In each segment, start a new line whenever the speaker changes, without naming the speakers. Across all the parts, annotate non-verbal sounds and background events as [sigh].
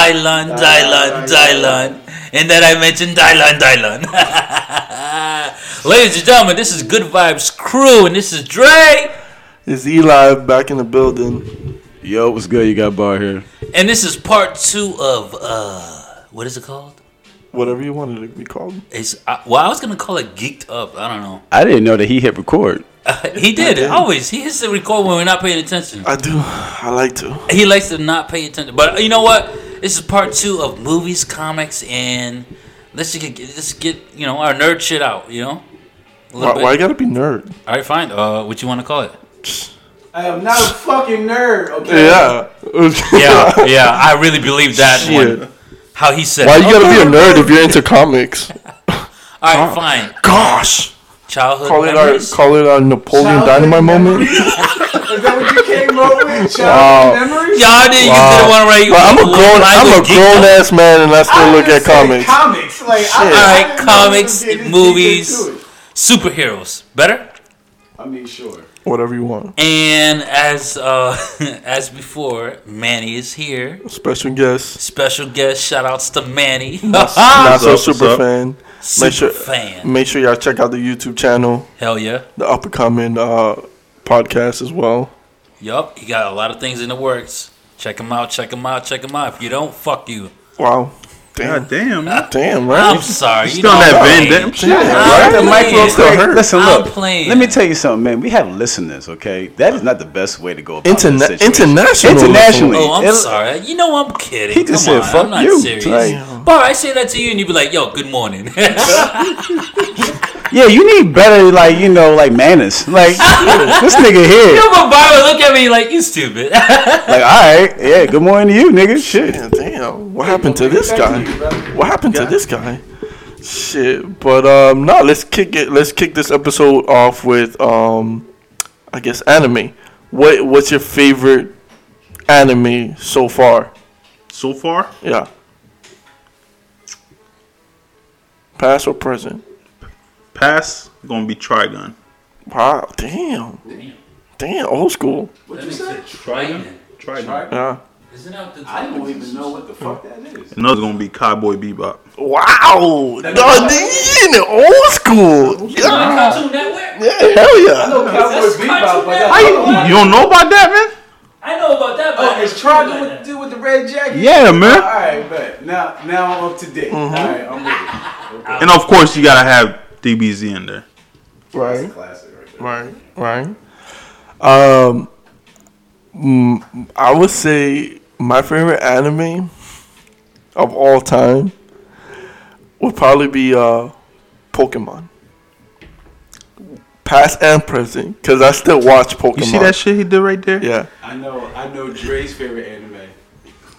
Dylan, Dylan,
Dylan,
Dylan. And then I mentioned Dylan, Dylan. [laughs] Ladies and gentlemen, this is Good Vibes Crew, and this is Dre,
It's Eli back in the building.
Yo, what's good? You got Bar here.
and this is part two of uh, what is it called?
Whatever you wanted to be called.
It's I, well, I was gonna call it Geeked Up. I don't know. [laughs]
I didn't know that he hit record.
he did
did.
always. He hits the record when we're not paying attention.
I do. I like to.
He likes to not pay attention. But you know what? This is part two of movies, comics, and let's just get let's get you know our nerd shit out. You know. A
Why,
little bit.
why you gotta be nerd?
All right, fine. Uh, what you want to call it?
I am not a fucking nerd,
[laughs]
okay?
Yeah.
Yeah,
[laughs]
yeah. I really believe that
Shit.
one. How he said.
Why
it.
you gotta be a nerd if you're into comics?
All right, fine.
Gosh.
Childhood
Call it our
memories.
call it our Napoleon
Childhood
Dynamite moment.
memories? [laughs] Is that what you came up with?
Wow.
Childhood memories?
Y'all did. You did
Wow.
one right.
But I'm a grown I'm a grown ass man and I still
I
look at
just said
comics.
Comics. Like, I,
Shit.
I
Alright,
didn't know
comics,
you were getting
movies.
deep into it.
superheroes. Better.
I mean, sure.
Whatever you want.
And as uh, [laughs] as before, Manny is here.
Special guest.
Special guest. Shout outs to
[laughs]
Manny.
Not so
up, what's
super
up?
fan.
Super
sure-
fan.
Make sure y'all check out the YouTube channel,
Hell yeah.
the up and coming uh, podcast as well.
Yup. He got a lot of things in the works. Check him out. Check him out. Check him out. If you don't, fuck you.
Wow.
God
Damn.
damn. man.
Damn, right?
I'm sorry.
Still
know
on that
I'm
Van
playing.
Damme shit.
Yeah,
I'm
right? The
playing.
microphone still hurt.
Listen,
I'm
look.
playing.
Let me tell you something, man. We have listeners, okay? That is not the best way to go about
Interna-
this situation.
international
Internationally.
Oh, I'm
It-
sorry. You know I'm kidding.
He just
Come
said,
on,
"Fuck
I'm not
you."
serious.
Damn.
But I say that to you, and you'd be like, "Yo, good morning." [laughs]
Yeah, you need better, like, you know, like manners.
[laughs]
Like, this nigga here.
Yo, but Bob would look at me like, "You stupid." [laughs]
Like, all right. Yeah, good morning to you, nigga. Shit.
Yeah, damn. What happened to this
Back
guy?
you, brother.
What happened to this guy? Shit. But um no, let's kick it let's kick this episode off with um I guess anime. What what's your favorite anime so far?
so far
Yeah. Past or present?
pass gonna be trigun
Wow, damn. Damn, old school.
What you said?
Trigon.
trigun
Right?
Yeah.
Isn't that the
I don't even know what the fuck that is.
another's gonna be cowboy bebop
Wow. Dog, you in the old school. Yeah,
Cartoon Network.
yeah, hell
I
yeah.
know Cowboy
That's Cartoon
Bebop, but that's
Network.
all I
you don't know about that man
I know about that, but
Oh, it's trying to do with the red jacket?
Yeah,
All
man.
right, but now, now I'm up to date.
Mm-hmm.
All right, I'm with it. Okay,
and of course you gotta have dbz in there
Right.
classic right there.
Right, right. Um, mm, I would say my favorite anime of all time would probably be uh, Pokemon, past and present, because I still watch Pokemon.
you see that shit he did right there
yeah,
I know, I know Dre's favorite anime.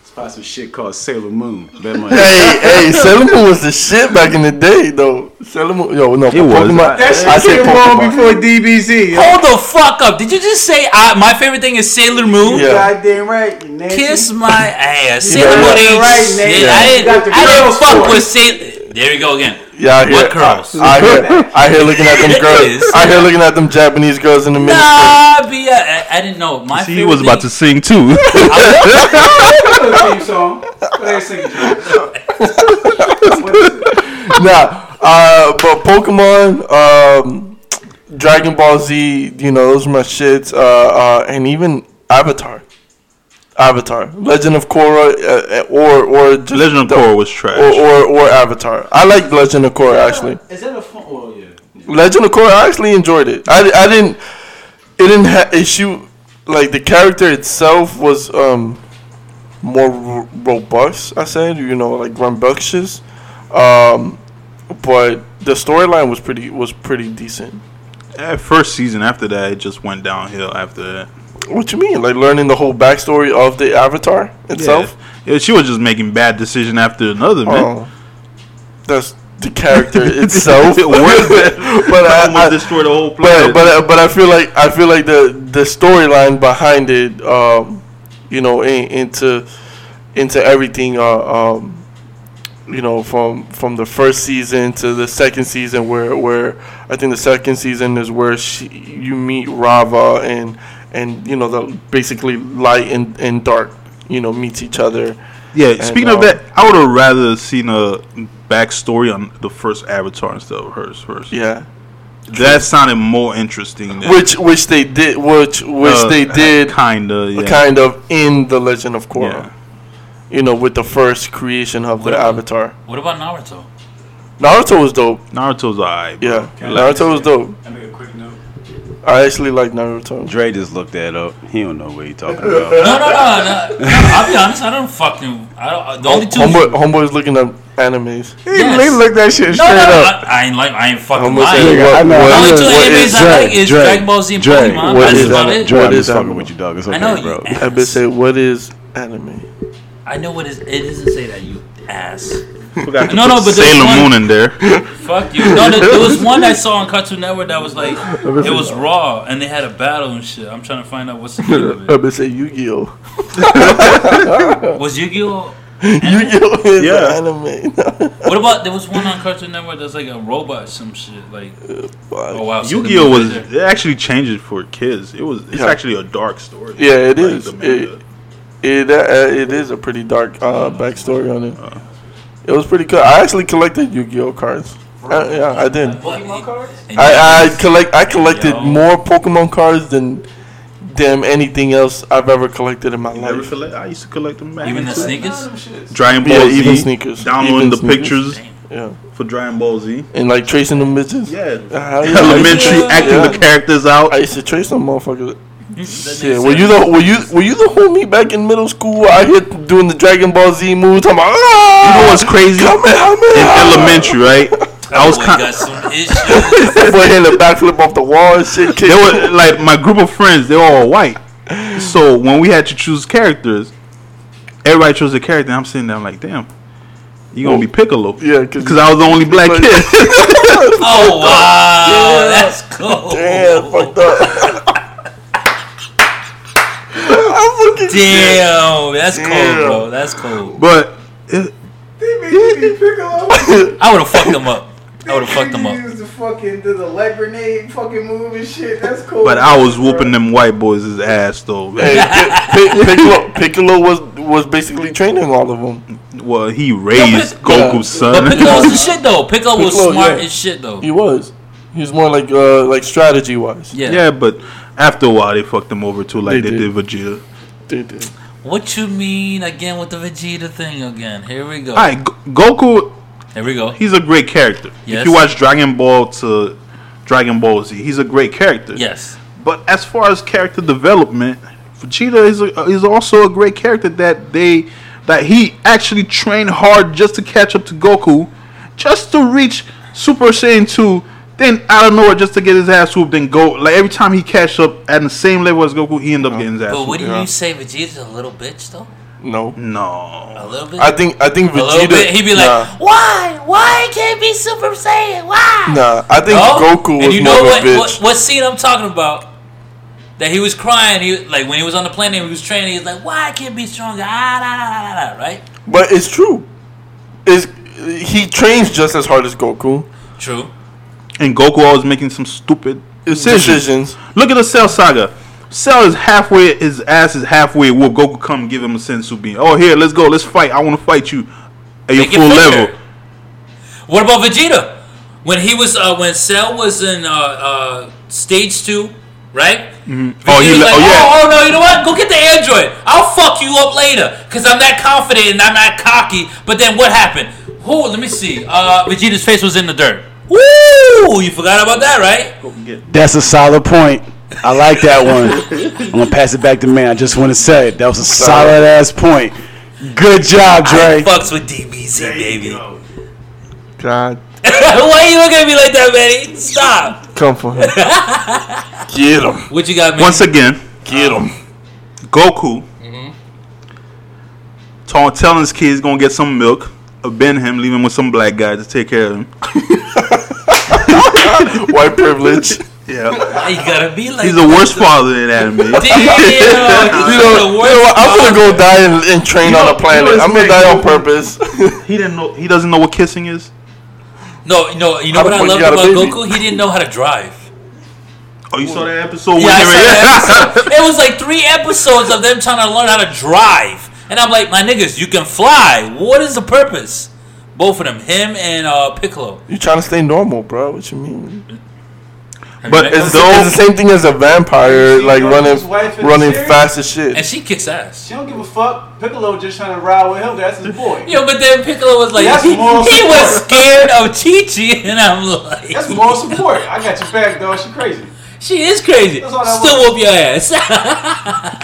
It's probably some shit called Sailor Moon. That much.
hey, hey, Sailor Moon was the shit back in the day, though. Sailor Moon, yo, no,
was.
Pokemon.
That
I
shit
said
came
Pokemon.
on before DBZ. yo.
Hold the fuck up! Did you just say I, my favorite thing is Sailor Moon?
Yeah.
Goddamn right. you nasty.
Kiss my ass.
You
Sailor Moon
got it
ain't
right,
shit.
nigga.
I
You got
didn't,
the
I didn't
girls
fuck
for
with Sailor. There you go again.
Yeah, I hear,
What curls?
I, I hear, I hear looking
[laughs]
at them girls. I hear looking at them Japanese girls in the middle.
Nah, be a, I, I didn't know. My
See, he
favorite
was about to
thing-
sing too
Play the theme song. Play the singing song. What is
[laughs]
it?
nah, uh, but Pokemon, um, Dragon Ball Z, you know, those are my shits. Uh, uh, and even Avatar, Avatar, Legend of Korra, uh, uh, or or just
legend of [laughs]
the-
korra was
or,
trash
or or Avatar. I like Legend of Korra actually.
Is that a phone? Oh, yeah. yeah.
Legend of Korra, I actually enjoyed it. I, I didn't, it didn't have issue. Like the character itself was um more r- robust. I said, you know, like rambunctious. Um, but the storyline was pretty was pretty decent.
at first season after that it just went downhill after that
What you mean? Like learning the whole backstory of the Avatar itself.
yeah. Yeah, she was just making bad decision after another man
Oh, that's the character itself.
[laughs] It was.
[laughs] but
Oh. I
I,
almost
I,
destroyed the whole
but
planet
but but I feel like I feel like the the storyline behind it, um, you know, in, into into everything, uh, um, you know, from from the first season to the second season, where where I think the second season is where she, you meet Rava and and you know the basically light and and dark, you know, meets each other.
Yeah, speaking of that, I would have rather seen a backstory on the first Avatar instead of hers first.
Yeah,
That sounded more interesting. Than,
which which they did, which which
uh,
they did,
kinda, yeah.
kind of in the Legend of Korra.
Yeah.
You know, with the first creation of the
What-
Avatar.
What about Naruto?
Naruto was dope.
Naruto's alright. bro.
Yeah,
Kinda like-
Naruto was dope.
I make a quick note.
I actually like Naruto.
Dre just looked that up. He don't know what he
[laughs]
talking about.
No, no, no, no. no I'll be honest. I don't fucking. I don't. The only two.
Homeboy, homeboy's looking at animes.
He,
Yes.
he looked that shit
no, no,
straight
no. I,
up.
I ain't like. I ain't fucking
Homeboy said,
lying.
nigga, I
"What-
know.
what
The only
is-
two
what
animes
is
I
that?"
like is
Dre,
Dragon Ball Z and
Dre,
Pokemon.
what
That's
is
about
that?
it.
Dre,
What
I'm
is
just fucking
anime?
with you, dog. It's
I
okay,
know [laughs]
bro.
you
That bitch
ass.
said, "What is anime?"
I know what it is. It doesn't say that you ass.
Forgot to
No,
put
no, but there's
Sailor
one-
Moon
[laughs]
in there.
Fuck you. No, there, there was one I saw on Cartoon Network that was like it was raw and they had a battle and shit. I'm trying to find out what's the name of
That bitch said, "Yu-Gi-Oh." [laughs]
it. Was Yu-Gi-Oh?
Yu-Gi-Oh is
Yeah.
anime. [laughs]
What about there was one on Cartoon Network that's like a robot or some shit like oh wow so the
Yu-Gi-Oh
movie
was
there.
it actually changed it for kids. It was it's
Yeah.
actually a dark story.
Yeah, it
Like,
is.
the manga.
It- It uh, it is a pretty dark uh, backstory on
Uh.
it. It was pretty cool. I actually collected Yu-Gi-Oh cards. I, yeah, I did.
Pokemon cards?
And
I, I collect. I collected
Yo.
more Pokemon cards than damn anything else I've ever collected in my
I, never
life.
collect- I used to collect them. back
even
in
the
school.
sneakers.
None of them shits.
Dragon Ball
Yeah,
Z.
even sneakers.
Downloading
Even
the
sneakers.
pictures
Yeah,
for Dragon Ball Z.
and like tracing them bitches.
Yeah.
Hell yeah.
Elementary
Uh, Yeah.
acting the characters out.
I used to trace them motherfuckers.
That
Shit,
nigga
were
said-
you the were you were you the homie back in middle school out here doing the Dragon Ball Z moves? I'm like, ah,
You know what's crazy?
Come here, come
In
here.
elementary,
[laughs]
right? I was
Boy
kind.
got Oh some issues.
That boy hitting a backflip off the wall and
[laughs]
shit.
They
Kid.
were like my group of friends. They were all white. So when we had to choose characters, everybody chose a character. And I'm sitting there, I'm like, damn, you gonna be Piccolo?
Oh. Yeah, 'cause-
because I was the only
[laughs]
black
But-
kid.
Oh wow, that's cool.
Damn, fucked up. [laughs] I'm looking
Damn, that's
Damn.
cool, bro. That's cool.
but it,
They made you be Piccolo.
I would have fucked him up. I
They
would have fucked
made
him
you
up.
Use the fucking do the leg grenade fucking move and shit. That's cool.
but I was whooping them white boys' ass
[laughs]
though.
Hey, Pi- Pi- Piccolo, Piccolo was was basically training all of them.
Well, he raised
Yeah,
but-
Goku's
But
son.
Piccolo was the shit though. Piccolo was
Piccolo,
smart
yeah.
as shit though.
He was. He was more like uh like strategy wise.
Yeah.
[laughs] yeah. but after a while, they fucked him over too, like
They
they,
did.
did. Vegeta.
They did.
What you mean again with the Vegeta thing again? Here we go.
All right, G- Goku
Here we go.
he's a great character.
Yes.
If you watch Dragon Ball to Dragon Ball Z, he's a great character.
Yes.
But as far as character development, Vegeta is a, is also a great character that they that he actually trained hard just to catch up to Goku, just to reach Super Saiyan two. Then out of nowhere, just to get his ass whooped, then go like every time he catch up at the same level as Goku, he end up getting his ass.
Oh, But
Whooped.
wouldn't
Yeah.
you say Vegeta's a little bitch though?
No.
No,
A little bit.
I think I think
a little
Vegeta.
bit. He'd be like,
nah,
"Why? Why can't be Super Saiyan? Why?"
nah, I think Goku
and
was
you
more
know
of
what,
a bitch.
what? What scene I'm talking about? That he was crying. He like when he was on the plane and he was training. He was like, "Why I can't be stronger?" Ah, da, da, da, da, da, right?
But it's true. It's he trains just as hard as Goku.
True.
and Goku always making some stupid decisions.
Decisions.
Look at the Cell Saga. Cell is halfway. His ass is halfway. Will Goku come give him a sensu bean? Oh, here, let's go. Let's fight. I want to fight you at your
Make it
full
fair.
level.
What about Vegeta? When he was uh, when Cell was in uh, uh, stage two, right?
Oh, he
Vegeta's
le-
like,
oh, yeah.
oh, oh, no, you know what? Go get the android. I'll fuck you up later because I'm that confident and I'm not cocky. But then what happened? Who? Let me see. Uh, Vegeta's face was in the dirt. Woo! You forgot about that, right?
That's a solid point. I
[laughs]
like that one. I'm gonna pass it back to man. I just want to say it. That was a solid ass point. Good job, Dre.
I fucks with DBZ, baby. Why [laughs]
God,
are you looking at me like that, Manny? Stop.
come for him. Get him.
What you got, man?
Once again,
Get him.
Goku ta- Mm-hmm. telling his kids gonna get some milk. Bend him, leave him with some black guy to take care of him.
[laughs] White privilege.
Yeah,
you gotta be like
[laughs] he's the worst father in anime.
Damn, he's
[laughs] [laughs] You know,
the
you
worst
know what? I'm gonna go die and, and train
You know-
on a planet.
you know
I'm gonna
it's
die on
like-
purpose. [laughs]
he didn't know. He doesn't know what kissing is.
No, no, you know
How
what
the
I
fuck you
loved
got a
about
baby?
Goku? He didn't know how to drive.
Oh, you saw that episode? [laughs]
Yeah, I saw that episode. it was like three episodes of them trying to learn how to drive. And I'm like, my niggas, you can fly. What is the purpose? Both of them, him and uh, Piccolo.
You trying to stay normal, bro? What you mean?
And-
But it's, the-
and-
it's the same thing as a vampire,
You see
like
Goku's
running,
wife in the
running
series?
fast as shit.
and she kicks ass.
She don't give a fuck. Piccolo just trying to ride with him. That's his boy.
Yo, but then Piccolo was like,
That's
he,
moral
he was
[laughs] support.
scared of Chi Chi, and I'm like,
That's moral support. I got your back, dog. She crazy.
she is crazy.
That's all that
Still
was.
whoop your ass. [laughs]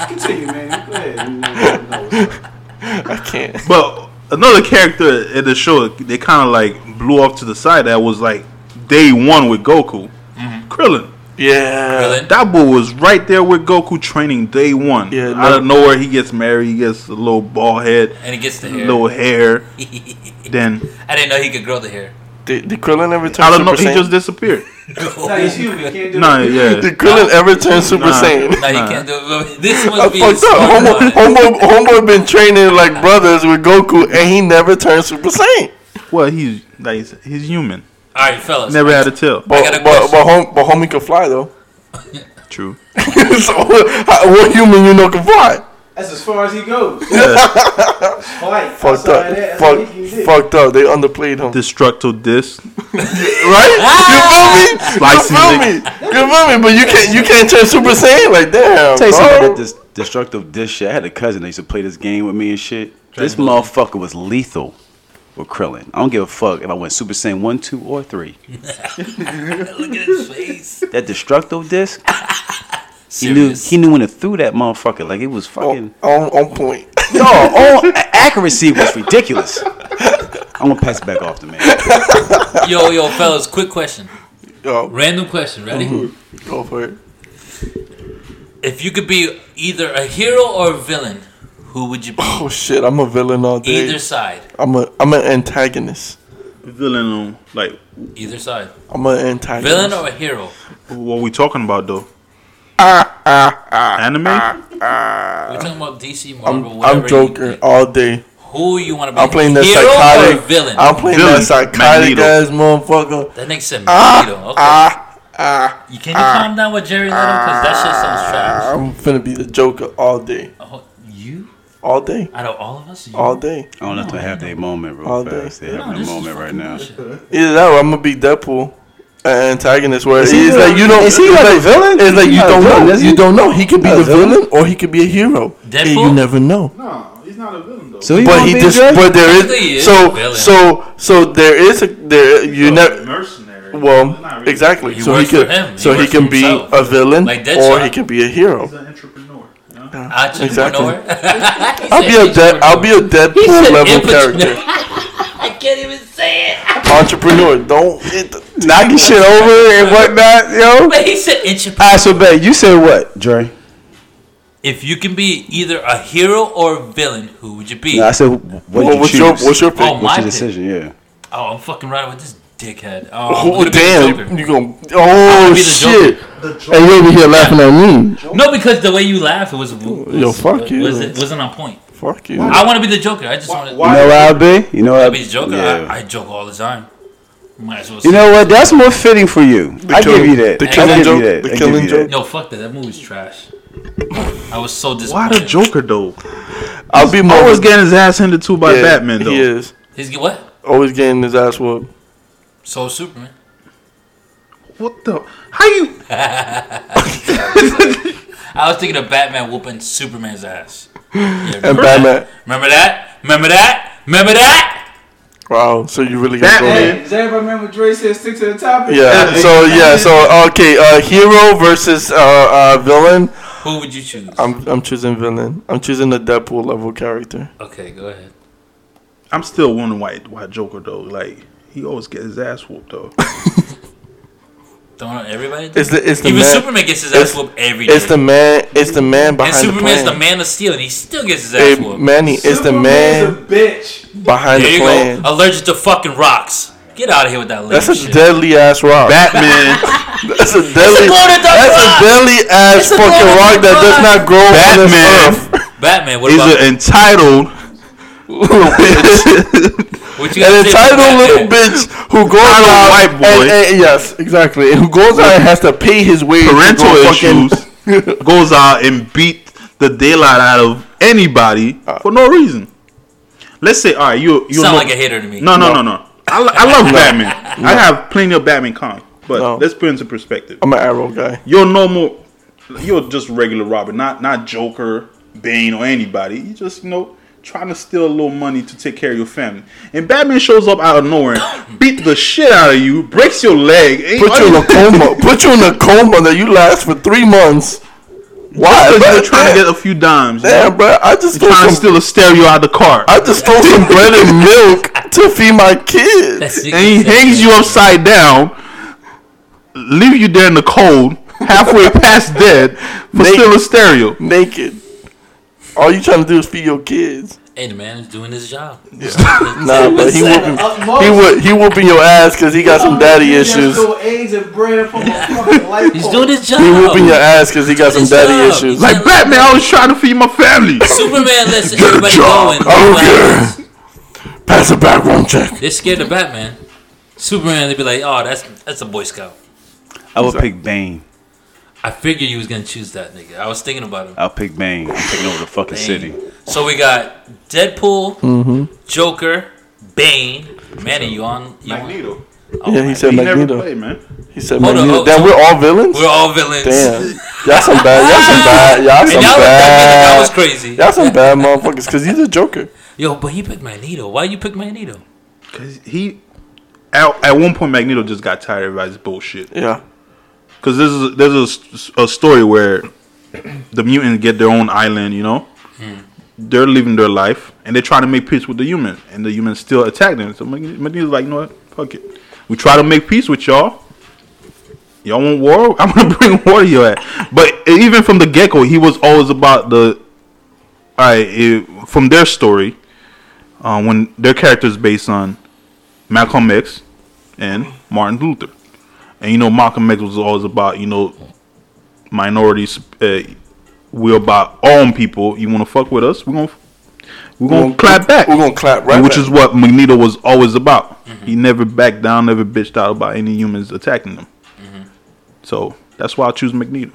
Continue, man. Go ahead. You know, you know.
I
[laughs]
can't.
But another character in the show, they kind of like blew off to the side. That was like day one with Goku, Krillin.
Yeah.
Krillin.
That boy was right there with Goku training day one.
Yeah,
out
no-
of nowhere he gets married. He gets a little bald head,
and he gets the hair.
little hair. then
[laughs] I didn't know he could grow the hair.
Did, did Krillin ever turn
out of
Super
no, he
Saiyan?
just disappeared.
Nah, he's human. He Can't do
nah,
it.
yeah.
did Krillin ever turn Super
Nah.
Saiyan?
No, he
Nah.
can't do it. This
I
must be his
fucked up. Homo,
storyline.
homo,
[laughs]
homo been training like brothers with Goku, and he never turned Super Saiyan.
Well, he's like he's, he's human.
All right, fellas.
Never had a tail.
But
got a
but,
question.
but, hom- but homie can fly though. [laughs]
True.
so how, what human you know can fly?
That's as far as he goes. Fight.
Fucked
outside
up.
that, that's
Fuck,
what he can do.
fucked up. They underplayed him.
Destructo disc.
right?
Ah!
You
Slicing
feel me? You
dick.
feel me? You feel me? But you can't. You can't turn Super Saiyan like damn.
Tell you something
bro.
about this destructive dish shit. I had a cousin that used to play this game with me and shit. This motherfucker was lethal with Krillin. I don't give a fuck if I went Super Saiyan 1, 2, or 3.
Look at his face.
That destructive
[laughs]
disc, he knew,
Serious.
he knew when to threw that motherfucker. Like it was fucking.
on, Oh, on, on point.
No, all accuracy was ridiculous. I'm gonna pass it back off to man.
Yo, yo, fellas, quick question.
Yo,
Random question, ready?
Mm-hmm. go for it.
If you could be either a hero or a villain, who would you be?
Oh shit! I'm a villain all day.
Either side.
I'm a. I'm an antagonist.
Villain. um, Like
Either side.
I'm an antagonist.
Villain or a hero?
what we talking about though? Anime.
We're talking about DC, Marvel,
Uh, I'm,
whatever.
I'm Joker
You,
all day.
who you want to be?
I'm playing that
hero
psychotic.
or villain?
I'm playing
Villain.
that psychotic
Magneto.
ass motherfucker.
that nigga said
Ah,
Magneto. okay. you, can you calm down with Jerry Little? Because that shit
ah.
sounds trash.
I'm finna be the Joker all day,
Oh, you?
all day,
Out of all of us? You?
all day.
I don't have to have that moment real
All
fast. They're
No,
having a
this is
moment right
fucking
now.
bullshit.
Either that, or I'm gonna be Deadpool, an antagonist. Where
he
it's
a-
like you don't.
is he
it's
like a villain?
It's like
He's
you
not a
don't
villain,
know.
is he?
You don't know. He could be
Not a
the
villain.
villain, or he could be a hero. And you
Deadpool?
never know.
No, he's not a villain though.
So he
But
gonna
he
be
just.
judged?
But there
Technically, he
is.
is a
So
villain.
so so there is a there. You never.
mercenary.
Well,
Not really.
exactly.
He
so he
works
could.
for him. He
so he
works
can
for
be
himself.
a villain,
Like
or
Deadshot.
he can be a hero.
He's an entrepreneur. You know?
Ah, Entrepreneur. [laughs] He
I'll
said
be a
entrepreneur.
de- I'll be a
He
Deadpool
said
level
entrepreneur.
character.
[laughs] I can't even say it.
Entrepreneur. Don't hit the,
knocking shit over
[laughs]
and whatnot, yo.
But he said entrepreneur.
Alright, so babe, you said what, Dre?
If you can be either a hero or a villain, who would you be?
No, I said what
Well,
you
what's
choose.
your what's your
Oh,
pick?
my
What's your
pick.
decision? Yeah.
Oh, I'm fucking riding with this dickhead. Oh, I'm
Oh,
gonna be the
damn,
Joker.
you gonna
I'll
oh
be the
shit!
The Joker.
And you over here laughing at me?
No, because the way you laugh, it was, was
Yo, fuck
was,
you.
Was, it wasn't on point.
Fuck you!
I want to be the Joker. I just want to.
why-
You know what I'll be? You know what
I be the Joker.
Yeah.
I, I joke all the time. Might as well. say-
you know what? That's more fitting for you. I
killing-
give you that.
the
I
killing
give you
joke-
that.
the
I give
killing
you
joke.
that.
Yo, fuck that. That movie's trash. I was so
Why
disappointed.
the Joker though?
I'll be more
Always getting his ass handed to by Batman though.
He is
He's get what?
always getting his ass whooped.
So is Superman.
What the? How you?
I was thinking of Batman whooping Superman's ass. Yeah,
And
remember
Batman.
That? Remember that? Remember that? Remember that?
Wow! So you really got to go
Batman.
there.
Hey, does everybody remember what Dre said stick to the topic?
Yeah. So yeah. So okay. Uh, hero versus uh, uh villain.
Who would you choose?
I'm I'm choosing villain. I'm choosing the Deadpool level character.
Okay, go ahead.
I'm still wondering why why Joker though. Like he always gets his ass whooped though.
Don't everybody.
It's the it's the
Even
man.
Superman gets his ass
it's-
whooped every day.
It's the man. It's the man
and
behind
Superman's
the
the,
plan.
man of steel, and he still gets his ass
Hey,
whooped.
Manny, it's the man
Superman's a bitch.
behind
there
the
you
plan.
go. Allergic to fucking rocks. Get out of here with that lame
That's a
shit.
deadly ass rock.
Batman.
[laughs] That's a deadly.
golden
That's a
rock.
deadly ass
It's a
fucking
golden
rock that does
rock.
not grow on this
[laughs]
Batman.
earth. [laughs]
Batman. What
He's
about
an entitled.
Little bitch.
what you
An
gotta say about
entitled little
Batman?
bitch who goes
Entitled
out.
white boy.
And, and- yes, exactly. And who goes out and has to pay his way. to
parental
go fucking-
issues goes out and beat the daylight out of anybody
Uh.
for no reason. Let's say, all right, you you
Sound
know-
like a hater to me.
No, no, no, no. I, lo- I love Batman. I have plenty of Batman comics, but
No.
let's put it into perspective.
I'm an Arrow guy.
You're normal. You're just regular Robin, not not Joker, Bane, or anybody. You just you know trying to steal a little money to take care of your family. And Batman shows up out of nowhere, [coughs] beat the shit out of you, breaks your leg. ain't-
Put you in a
[laughs]
coma. Put you in a coma that you last for three months. Why?
Because
bro?
you're trying to get a few dimes. you know?
Damn, bro. I just threw
Trying
some.
to steal a stereo out of the car.
I just throw some bread
[laughs]
and milk to feed my
That's
kids.
sick.
and he hangs you upside down, leave you there in the cold, [laughs] halfway past dead, but
They-
still a stereo.
Naked. All you trying to do is feed
[laughs]
your kids.
Hey, the man is doing his job.
Nah, but he whooping. He would. He whooping your ass because he got some daddy issues.
Still AIDS and
[laughs]
bread from a fucking life.
He's doing his job.
He whooping your ass because he got some daddy
What's up?
issues.
Like Batman, I was trying to feed my family.
Superman lets everybody go
Job.
and
I don't care. Pass it back one check.
They're scared of Batman. Superman, they'd be like, "Oh, that's that's a Boy Scout."
I would pick Bane.
I figured you was gonna choose that nigga. I was thinking about him.
I'll pick Bane. I'm taking over the fucking city.
So we got Deadpool,
Mm-hmm.
Joker, Bane. Manny, you on? You on?
Magneto.
Yeah,
Oh
he said
He never
Magneto.
played, man.
He said
Hold on,
Magneto.
hold-
Then we're all villains.
We're all villains. [laughs]
Damn, y'all some bad. Y'all some bad. Y'all
And
some
y'all looked at me like I was
bad.
crazy.
Y'all some bad motherfuckers. Cause he's a Joker.
Yo, but he picked Magneto. Why you pick Magneto?
Cause he, at, at one point, Magneto just got tired of everybody's bullshit.
Yeah.
Cause this is there's a s- a, story where the mutants get their own island. You know, Hmm. they're living their life and they're trying to make peace with the humans, and the humans still attack them. So Magne- Magneto's like, you know what? Fuck it. We try to make peace with y'all. Y'all want war? [laughs] I'm gonna bring war to your ass. But even from the get go, he was always about the. I it, from their story, uh, when their character is based on Malcolm X and Martin Luther, and you know Malcolm X was always about you know minorities. Uh, we're about own people. You want to fuck with us? We're gonna we're gonna, clap back.
We're gonna clap right.
which
back.
is what Magneto was always about. He never backed down, never bitched out about any humans attacking them. So that's why I choose Magneto.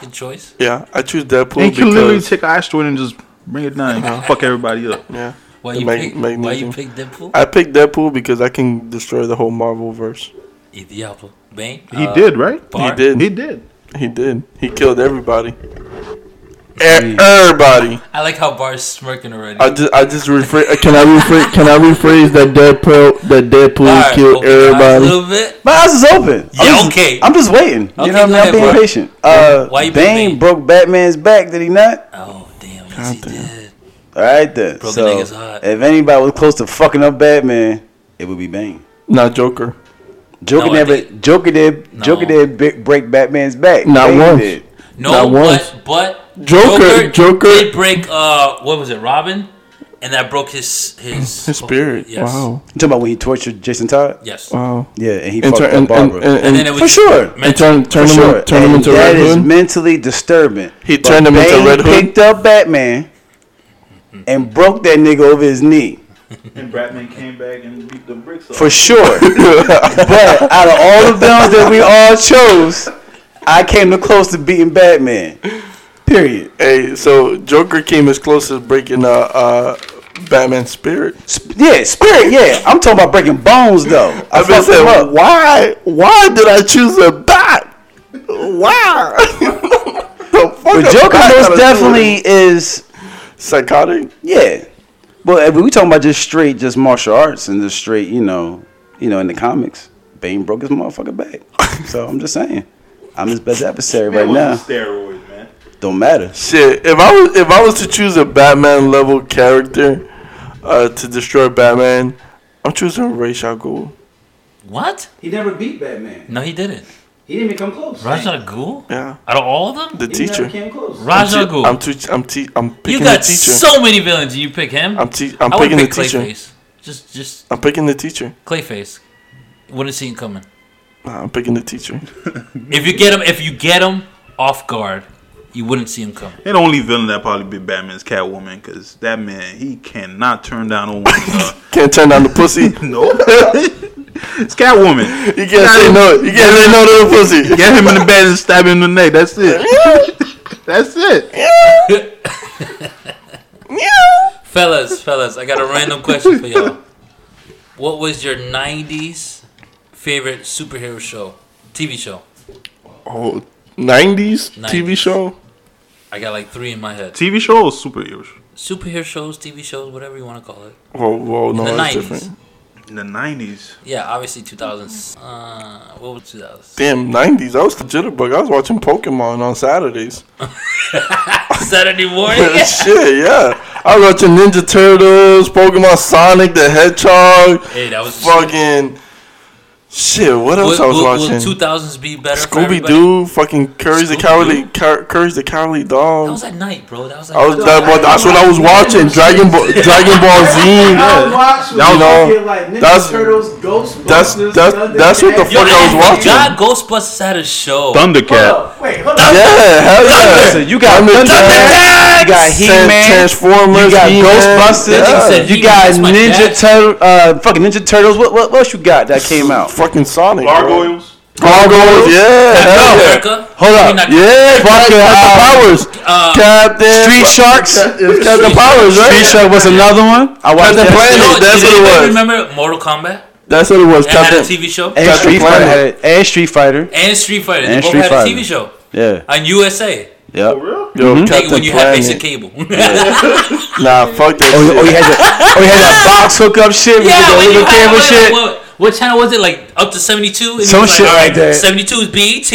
Good choice.
yeah. I choose Deadpool
And he can literally
because
take an asteroid and just bring it down and fuck everybody up.
yeah.
Why
The
you
Mag-
pick? Why
Magneto.
you pick Deadpool?
I picked Deadpool because I can destroy the whole Marvel verse.
Ethiopia. E- Bane.
He
Uh,
did, right?
Bart.
He did.
He did.
He did. He killed everybody. E- Everybody.
I like how Bar's smirking already.
I just, I just rephrase. Can I rephrase? Can I rephrase that Deadpool? That Deadpool
Alright,
killed
open your eyes A
everybody.
little bit.
My eyes is open.
Yeah,
I'm just-
okay.
I'm just waiting. You
Okay,
know what I
go
mean? I'm
ahead,
being
bro.
patient. Uh,
Why you pick Bane?
Bane broke Batman's back, did he not?
Oh damn, yes, he did.
All right then.
Bro, the
so
nigga's hot.
if anybody was close to fucking up Batman, it would be Bane.
Not Joker.
Joker
No, I
never.
think-
Joker did.
No.
Joker did bi- break Batman's back.
Not
Bane
once.
did.
No,
Not once.
but but
Joker- Joker-
did break. Uh, what was it, Robin? And that broke his his
His spirit.
Yes.
Wow.
You talking about when he tortured Jason Todd?
Yes.
Wow.
Yeah, and he
And,
fucked
turn
up
and, and,
Barbara.
and, and,
And then it was
for sure.
just-
and turn turn
For
him
sure.
turn him
And
into
that
Red
is
Hood.
mentally disturbing.
He
But
turned him into
Bane
Red Hood?
Picked up Batman and broke that nigga over his knee.
And Batman came back and beat the bricks up.
For sure.
[laughs]
but out of all the villains that we all chose, I came the close to beating Batman. Period.
Hey, so Joker came as close as breaking uh, uh Batman's spirit.
Sp- yeah, spirit, yeah. I'm talking about breaking bones though. I
I've been
fucked him
saying,
up.
why, why did I choose a bat? Why? [laughs] the fuck
But
a
Joker
bat gotta do
most
with
definitely is
it? psychotic.
yeah. But if we talking about just straight just martial arts and just straight, you know, you know, in the comics, Bane broke his motherfucker [laughs] back. so I'm just saying. I'm his best adversary right now.
steroids, man.
Don't matter.
Shit, if I was if I was to choose a Batman level character uh, to destroy Batman, I'm choosing Ra's al Ghul.
What?
He never beat Batman.
No, he didn't.
He didn't even come close.
Raja Ghul?
Yeah,
Out of all of them,
the
He
teacher.
never came close.
I'm,
Raja
te- I'm,
Ghul.
te- I'm, te- I'm picking
You
the
got
teacher.
so many villains. You pick him.
I'm te- I'm
I would
picking the
pick
teacher.
Clayface. Just just
I'm picking the teacher.
Clayface. Wouldn't see him coming.
Nah, I'm picking the teacher.
If you get him, if you get him off guard, you wouldn't see him coming.
And the only villain that probably be Batman's Catwoman, because that man, he cannot turn down a woman. [laughs] uh,
Can't turn down the pussy.
no. [laughs] it's Catwoman.
You can't say no. You can't say no to the pussy.
[laughs] Get him in the bed and stab him in the neck. That's it. That's it.
fellas, fellas, I got a random question for y'all. What was your '90s favorite superhero show, TV show?
Oh, 90s,
90s.
TV show?
I got like three in my head.
TV show or superheroes?
Superhero shows, TV shows, whatever you want to call it.
Whoa, whoa, Oh, no,
the
that's
90s.
different.
In the nineties.
Yeah, obviously 2000s. Uh, what was
[laughs]
2000s?
Damn, 90s. I was the jitterbug. I was watching Pokemon on Saturdays.
Saturday morning.
[laughs] Yeah, [laughs] Shit, yeah. I was watching Ninja Turtles, Pokemon Sonic the Hedgehog,
Hey, that was
fucking. Shit, what else
Will,
I was
will, will
watching?
2000s be better? for
Scooby
everybody?
Doo, fucking Courage the
Scooby-Doo.
Cowardly, Cour- Courage the Cowardly
That
Dog.
was at night, bro. That was at
I was
night.
that, well, that's what I was watching. Dragon [laughs] Ball, Dragon Ball Z.
I watched
That was all-
fucking, like Ninja
that's-
Turtles,
that's-
Ghostbusters.
that's-
Thundercats.
that's what the
Yo,
fuck I was
and
watching.
God Ghostbusters had a show.
Hold
Thundercat.
up, Wait, hold
Yeah,
up.
hell yeah.
Listen, you got
Thundercats,
Thundercats, you got He-Man,
Transformers,
You got
He-Man.
Ghostbusters.
Nigga
Yeah.
said
You
He-Man,
got
that's my dad.
Ninja Turtle, uh, fucking Ninja Turtles. What, what, what else you got that came out?
Fucking Sonic. bro.
Gargoyles.
Gargoyles, yeah. hell yeah.
America.
Hold up.
We not-
Yeah, Captain Powers.
Uh,
Captain.
Street Sharks.
It's Captain Powers, right?
Street Shark was another one. I watched
Captain
You
that.
know,
Planet. That's
do
what
you
it was.
Remember Mortal Kombat?
That's what it was.
That had a
Captain.
TV show.
And
Captain
Street Fighter.
Planet.
had it. And Street Fighter.
And Street Fighter. They
And
both
Street
had a TV
Fighter.
show
Yeah.
on USA.
Yep.
For real?
Yo,
Nigga,
Captain
when you had
Planet.
basic cable.
Nah, fuck that
Oh, you- oh, you
shit.
had that. Oh, you
[laughs]
had that box hookup shit.
Yeah, when
Yeah, with the
you
little
had-
cable
wait,
shit.
What, what channel was it? Like up to seventy two?
Some shit
like,
like
alright,
that.
Seventy two is BET,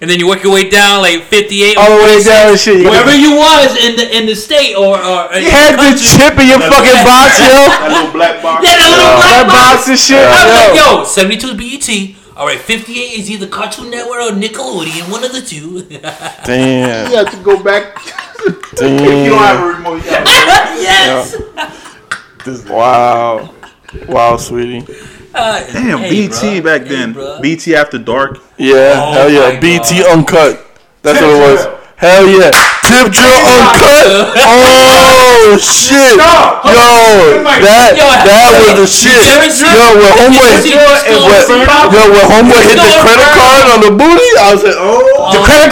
and then you work your way down like fifty eight.
All the way down and shit. You
Wherever you was in the in the state or or in
had
the
the
country.
chip in your fucking box, yo.
That little black box.
Yeah, that little black
That
box.
box and shit.
I was
yo.
like, yo, seventy two is BET. All right, fifty eight is either Cartoon Network or Nickelodeon, one of the two. [laughs]
Damn.
You have to go back. if [laughs] you don't
Damn.
have a remote, you have a
yes.
Wow. Wow, sweetie.
Uh,
Damn,
hey,
BT
bruh.
back
Hey,
then.
bruh.
BT After Dark.
Yeah,
Oh
hell
my
yeah. BT Uncut. That's what it
Tip
was.
drill.
Hell yeah. Tip Drill Uncut. Oh, shit.
No,
Yo,
Mike.
that
Yo,
that
hey,
was the shit.
you ever
Yo,
drink-
when homeboy,
you see what's
yo, when,
going on?
yo, when homeboy hit the
going
credit
on?
card on the booty, I was like, oh,
Oh.
the credit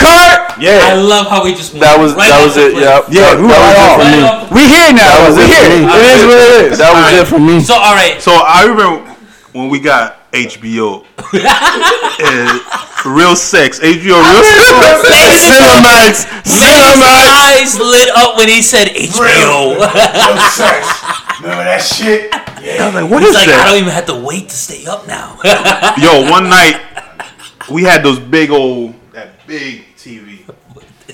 I
card.
Yeah.
love how we just went
That was
right
that
off
was
the
it.
cliff.
Yeah,
Yeah,
that,
we were
that was it
all
for
Right
me.
off the-
We here now.
That was
we
it for
here.
me.
It is what it is.
That was it for me.
So all right,
So I remember when we got
[laughs]
HBO. And real sex. HBO real sex.
Cinemax, Cinemax.
His eyes lit up when he said HBO.
No sex. Remember that
[laughs]
shit? Yeah.
I was like, what is
It's like I
that?
don't even have to wait to stay up now. [laughs]
Yo, one night we had those big old that big TV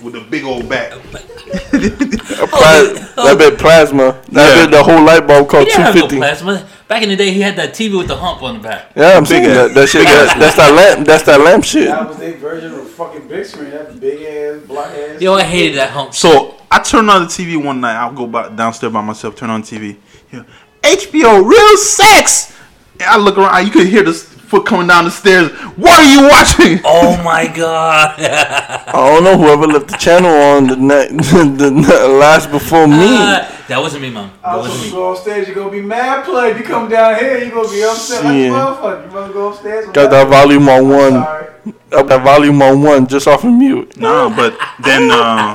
with the big old back.
Plas- That bit plasma. That
Yeah.
bit the whole light bulb
he
called
didn't have no
250.
plasma. Back in the day, he had that TV with the hump on the back.
Yeah, I'm saying
ass.
that. That shit. That, that's that lamp. That's that lamp shit.
That was their version of fucking big screen. That big ass, black ass.
Yo, I hated that hump.
So I turned on the TV one night. I'll go by, downstairs by myself, turn on the TV. Yeah, HBO real sex. And I look around. You could hear this foot coming down the stairs. What are you watching?
oh my god.
I don't know whoever left the channel on the night, [laughs] the night last before me.
that wasn't me, mom.
I
That
was supposed to
wasn't me.
go upstairs, you're gonna be mad played. You come down here, you're gonna be upset like a
Shit.
motherfucker. You wanna go upstairs?
Got that volume on one.
Sorry.
Up that volume on one, just off of mute.
Nah, but then. Uh,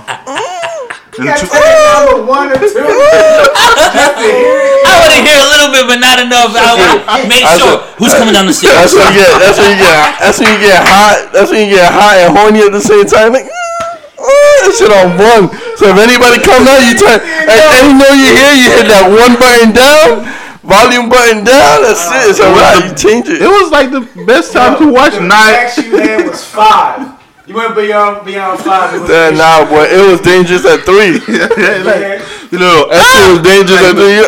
then
Got
two-
that number one
[laughs]
or two. Just to hear it.
I want to hear a little bit, but not enough. I, I make
I
sure
said-
who's coming down the stairs.
That's when you get. That's when you get. That's when you get hot. That's when you get hot and horny at the same time. Like, "Ah, that shit on one. So if anybody comes out, you turn. And any know you hear, you hit that one button down, volume button down. That's it. It's alright. You change
It
it.
was like the best time to watch
The max
night.
you had was five. You went beyond beyond five. It was
Then now, nah, boy, it was dangerous at three.
Yeah.
you know,
That shit was dangerous at
[laughs]
three. Ooh.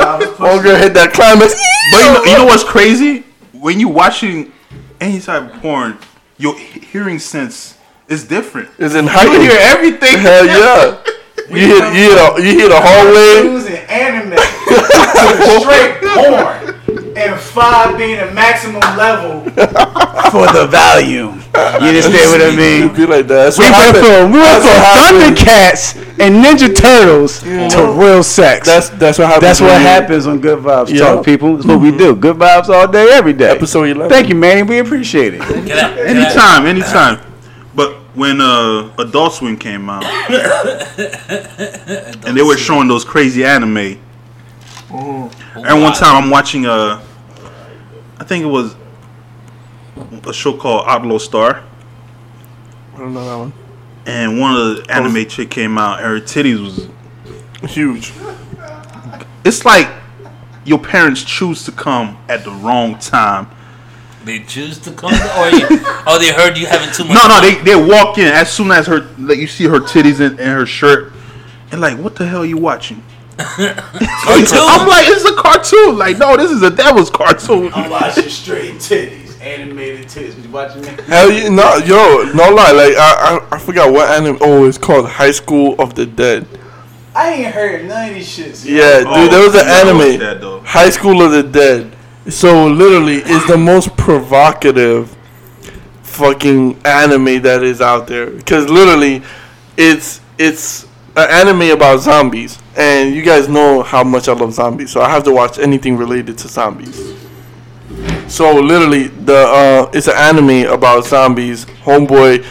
I was pushing
One girl hit that climax.
But you know, you know what's crazy? When you watching any type of porn, your he- hearing sense is different.
It's in
You can hear
heightened.
everything. [laughs]
Hell yeah. You hit, you hit a, you hit a hallway.
News and anime, straight porn, and five being the maximum level.
For the value. You understand what I mean?
It'd be like that. That's
We
what
went
happened.
from, we went
That's
from
what happened.
Thundercats and Ninja Turtles to real sex.
That's that's what happens.
That's what
when you-
happens on Good Vibes
Yeah.
Talk, people. That's what we do. Good vibes all day, every day.
Episode eleven.
Thank you, Manny. We appreciate it.
Can I- can I-
Anytime, anytime. But when uh, Adult Swim came
[coughs]
out, and they were showing those crazy anime.
Oh.
And one time I'm watching uh, I think it was a show called Outlaw Star,
I don't know that one.
and one of the anime chick came out, and her titties was.
Huge.
It's like your parents choose to come at the wrong time.
They choose to come, to, or you, oh, they heard you having too much.
No, no, they they walk in as soon as her like you see her titties and, and her shirt, and like what the hell are you watching?
Oh,
Cartoon?
I'm like, it's a cartoon. Like, no, this is a devil's cartoon.
I'm watching straight titties, animated titties. You watching me?
Hell yeah, no, yo, no lie. Like I, I, I forgot what anime. Oh, it's called High School of the Dead.
I ain't heard none of these shits. yo.
Yeah,
Oh,
dude, there was an
yeah, I watched
anime,
that, though.
High School of the Dead. So literally, it's the most provocative fucking anime that is out there. Because literally, it's it's an anime about zombies, and you guys know how much I love zombies, so I have to watch anything related to zombies. So literally, the uh, it's an anime about zombies. Homeboy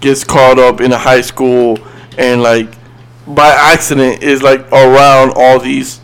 gets caught up in a high school, and like by accident is like around all these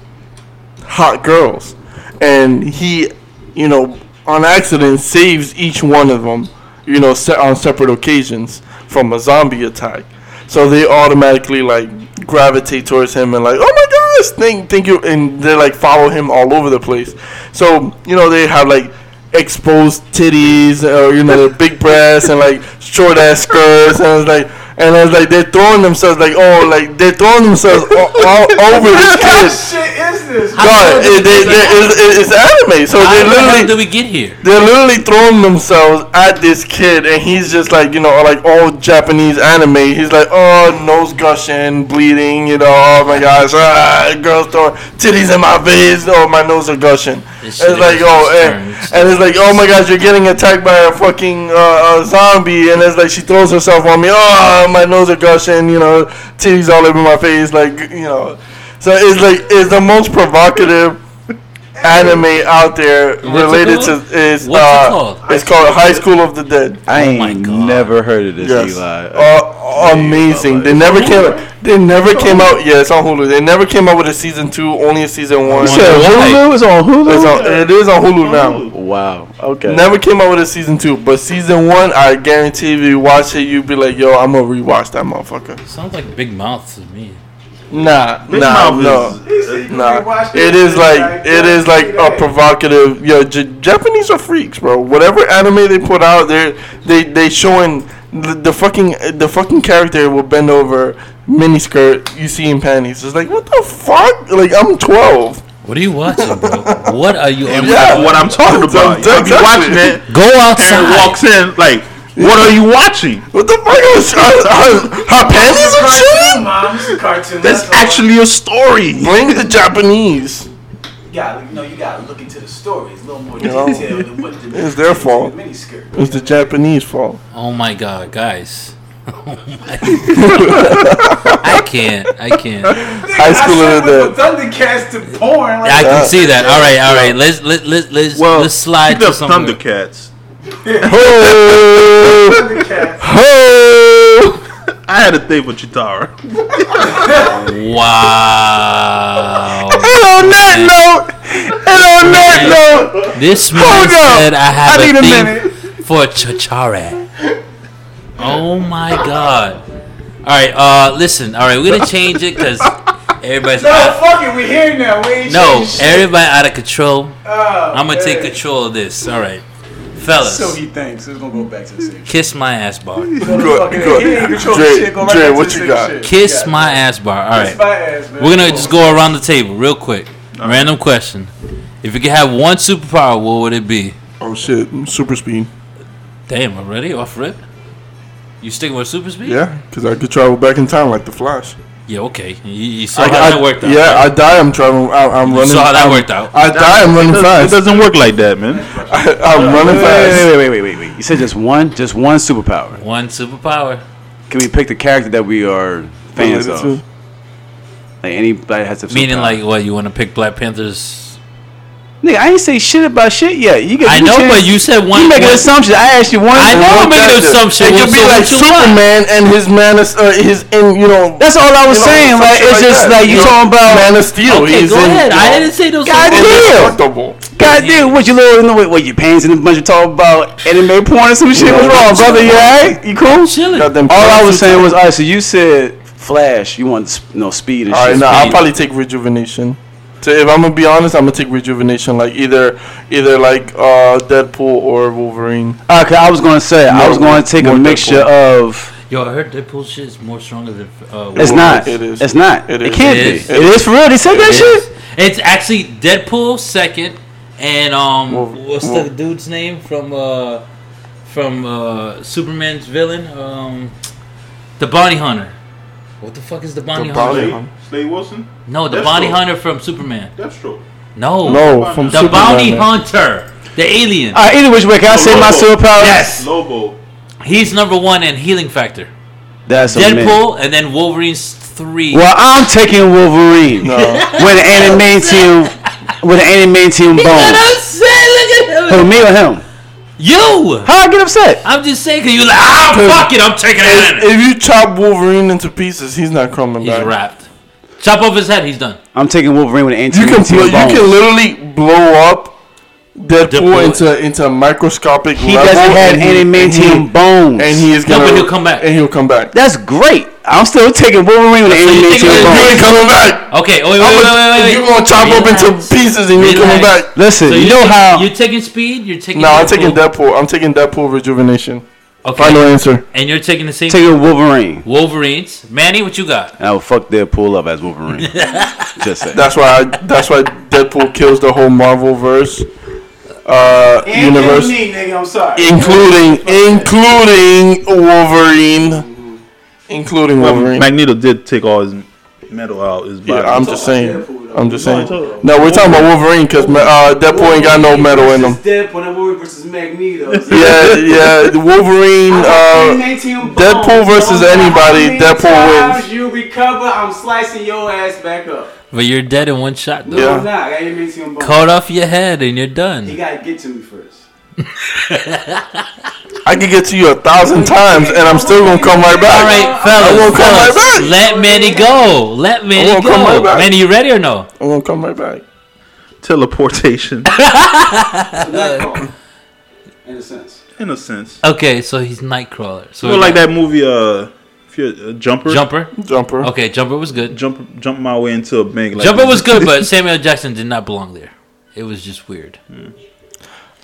hot girls, and he, you know, on accident saves each one of them, you know, se- on separate occasions from a zombie attack. So they automatically like gravitate towards him and like, oh my gosh, thank, thank you, and they like follow him all over the place. So you know they have like exposed titties or you know the big breasts and like short ass skirts and it's like and it's like they're throwing themselves like oh like they're throwing themselves all, all over this
What
kid.
shit is this?
No, it, they, they, it's, it's anime, so
How
they
the hell did
literally
we get here?
they're literally throwing themselves at this kid, and he's just like you know like all Japanese anime. He's like oh nose gushing, bleeding, you know oh my gosh, ah, girls throwing titties in my face, oh my nose are gushing.
This
It's
shit
like
is
oh and,
disturbing.
and it's like oh my gosh, you're getting attacked by a fucking uh, uh, zombie, and it's like she throws herself on me, oh my nose are gushing, you know titties all over my face, like you know. So it's like it's the most provocative anime out there
it
related
called?
to is
What's it
uh,
called?
it's called High School of the Dead.
I
Oh my
ain't
God.
never heard of this,
Yes,
Eli.
uh, amazing. They never came. They never came out. Yeah, it's on Hulu. They never came out with a season two. Only a season one.
You said
why?
Hulu is on Hulu.
It's on, it is on Hulu now.
Wow. Okay.
Never came out with a season two, but season one, I guarantee if you watch it, you'd be like, "Yo, I'm gonna rewatch that motherfucker."
Sounds like Big Mouth to me.
Nah,
Big
nah,
Mouth
no.
is-
He said you can
Nah,
watch this
it is
shit
like it is like a
that.
provocative. Yo, J- Japanese are freaks, bro. Whatever anime they put out, they they they showing the, the fucking the fucking character will bend over miniskirt you see in panties. It's like what the fuck? Like I'm twelve.
What are you watching, bro? what are you?
And
on?
Yeah.
what I'm talking about,
Exactly.
I be watching it,
Go
and
outside.
walks in like, what are you watching?
What the fuck? Is, her, her, her panties are showing.
Mom, this is a cartoon.
That's
all.
actually a story.
Blame the Japanese.
You gotta, you know, you gotta look into the story. It's a little more
know,
detail than what the
it's their fault.
The miniskirt.
It's the Japanese fault.
Oh my god, guys. [laughs] Oh my. I can't. I can't.
High school
I
of
said
the
with the Thundercats to porn. Like,
I can see that. All right, all right. Let's let let let's let's slide
speaking
to
of
something.
Thundercats.
Ho,
Thundercats.
ho.
I had a thing with Chitara.
Wow.
And on that note, and on that note,
This man
Hold up.
said I have
I need
a
a
thing
minute.
for Chachara. Oh my god. All right, uh listen. All right, we're going to change it cuz everybody's
No,
out,
fuck it. We here now. We ain't
No,
changing shit.
everybody out of control.
Oh,
I'm going to take
man.
control of this. All right. Fellas,
So he thinks it's gonna go back to
[laughs]
the same.
kiss my ass bar.
Good, good. Dre, Dre, what you got?
Kiss my ass bar. All right.
Kiss my ass, man.
We're gonna just go around the table real quick. Random question: If you could have one superpower, what would it be?
Oh shit, super speed.
Damn, already off rip. You sticking with super speed?
Yeah, because I could travel back in time like the Flash.
Yeah. Okay. You, you saw how that worked out.
Yeah,
right?
I die. I'm traveling. I, I'm running.
saw how that
I'm-
worked out.
I die. I'm running
It
fast.
doesn't work like that, man.
I, am running fast.
Wait, wait, wait, wait, wait, wait. You said just one, just one superpower.
One superpower.
Can we pick the character that we are fans
Related
of?
to-
Like anybody has a
Meaning,
superpower.
like, what you want to pick Black Panther's
Nigga, I ain't say shit about shit yet. You get.
I
you
know,
can't-
but you said one.
You making
one-
assumptions. I asked you one.
I know I'm making an assumption.
It could
So
be like
what you want?
Superman and his man is uh, his in you know.
That's all I was
you know,
saying.
some
Like
shit
it's just
that,
like you talking about.
Man of Steel.
Okay,
he's
go
in,
ahead.
You know,
I didn't say those.
God
things.
damn.
indestructible.
God damn, what you little in the way? What your pants and a bunch of talk about anime porn or some shit? What's wrong, brother? You alright? You cool?
Chilling.
Got them
All I was
parachutes.
saying was, alright. So you said Flash. You want you know speed and
All right,
shit.
now I'll
speed.
probably take rejuvenation. So if I'm gonna be honest, I'm gonna take rejuvenation, like either, either like uh, Deadpool or Wolverine.
Okay, I was gonna say I
No,
was gonna take a
more
mixture of.
Yo, I heard Deadpool shit is more stronger than. Uh,
It's
Wolverine.
not.
It is.
It's not.
It
It,
is.
can't
It
be.
is.
It is for real. They said that
It
shit.
is. It's actually Deadpool second, and um,
Well,
what's
well-
the dude's name from uh, from uh, Superman's villain? Um, the Bounty Hunter. What the fuck is the Bounty
The
Hunter?
Bounty-
Slade, Slade Wilson,
No, the
Deathstroke.
Bounty Hunter from Superman.
Deathstroke.
No,
No, from
the
Superman.
Bounty
man.
Hunter, the alien.
All right, either which way, can I say my
Lobo.
superpower?
yes,
Lobo.
he's number one in healing factor.
That's Deadpool.
Deadpool, and then Wolverine's three.
Well, I'm taking Wolverine
[laughs]
No.
with an anime team with an anime team
Look
bone.
at him say, Look at
Who
him.
me or him?
You.
How I get upset?
I'm just saying, cause you like, ah, fuck it, I'm taking it.
If you chop Wolverine into pieces, he's not coming
He's
back.
wrapped. Chop off his head. He's done.
I'm taking Wolverine with an
You can blow,
anime team
you
bone.
can literally blow up Deadpool,
Deadpool.
into into a microscopic
he
level.
doesn't have
and he-
anime
and he-
team bones.
and he is
No,
gonna.
but he'll come back.
And he'll come back.
That's great. I'm still taking Wolverine with an
So you
anime
think it
team
was
You
bone.
ain't coming back.
Okay. Oh, wait, wait,
I'm
wait,
gonna-
wait, wait,
You gonna chop up into
Relax.
pieces and you coming
Relax.
back?
Listen,
So
you know
taking-
how
you're taking speed. You're taking.
No, I'm
Deadpool,
taking Deadpool. I'm taking Deadpool rejuvenation.
Okay.
Final answer.
And you're taking the same.
taking Wolverine.
Wolverines. Manny, what you got?
And I would fuck Deadpool up
[laughs]
as Wolverine. Just saying.
That's why. I, that's why Deadpool kills the whole Marvel verse, uh,
And
universe,
me, nigga, I'm sorry.
including including Wolverine, including Wolverine.
Magneto did take all his metal out his body.
Yeah, I'm just saying. I'm just saying. No, we're talking about Wolverine because uh, Deadpool ain't got no metal in him.
Versus Deadpool and Wolverine versus Magneto.
Yeah, yeah. the Wolverine. Uh, Deadpool versus anybody, Deadpool wins.
You recover, I'm slicing your ass back up.
But you're dead in one shot.
No,
Though.
Yeah.
I'm not. I got adamantium bone.
Cut off your head and you're
You
done.
gotta get to me first.
I could get to you a thousand times and I'm still gonna come right
All
back.
right,
I
fellas.
won't come right
fellas,
back.
Let Manny go. Let Manny
won't come
go.
right back.
Manny, you ready or no?
I'm gonna come right back. [laughs]
Teleportation.
Nightcrawler, in a sense.
In a sense.
Okay, so he's Nightcrawler. So
Well, like that movie, uh, if you're a jumper,
Jumper.
Jumper.
Okay, Jumper was good.
jump, jump my way into a bank. Like
Jumper was good,
[laughs]
but Samuel Jackson did not belong there. It was just weird.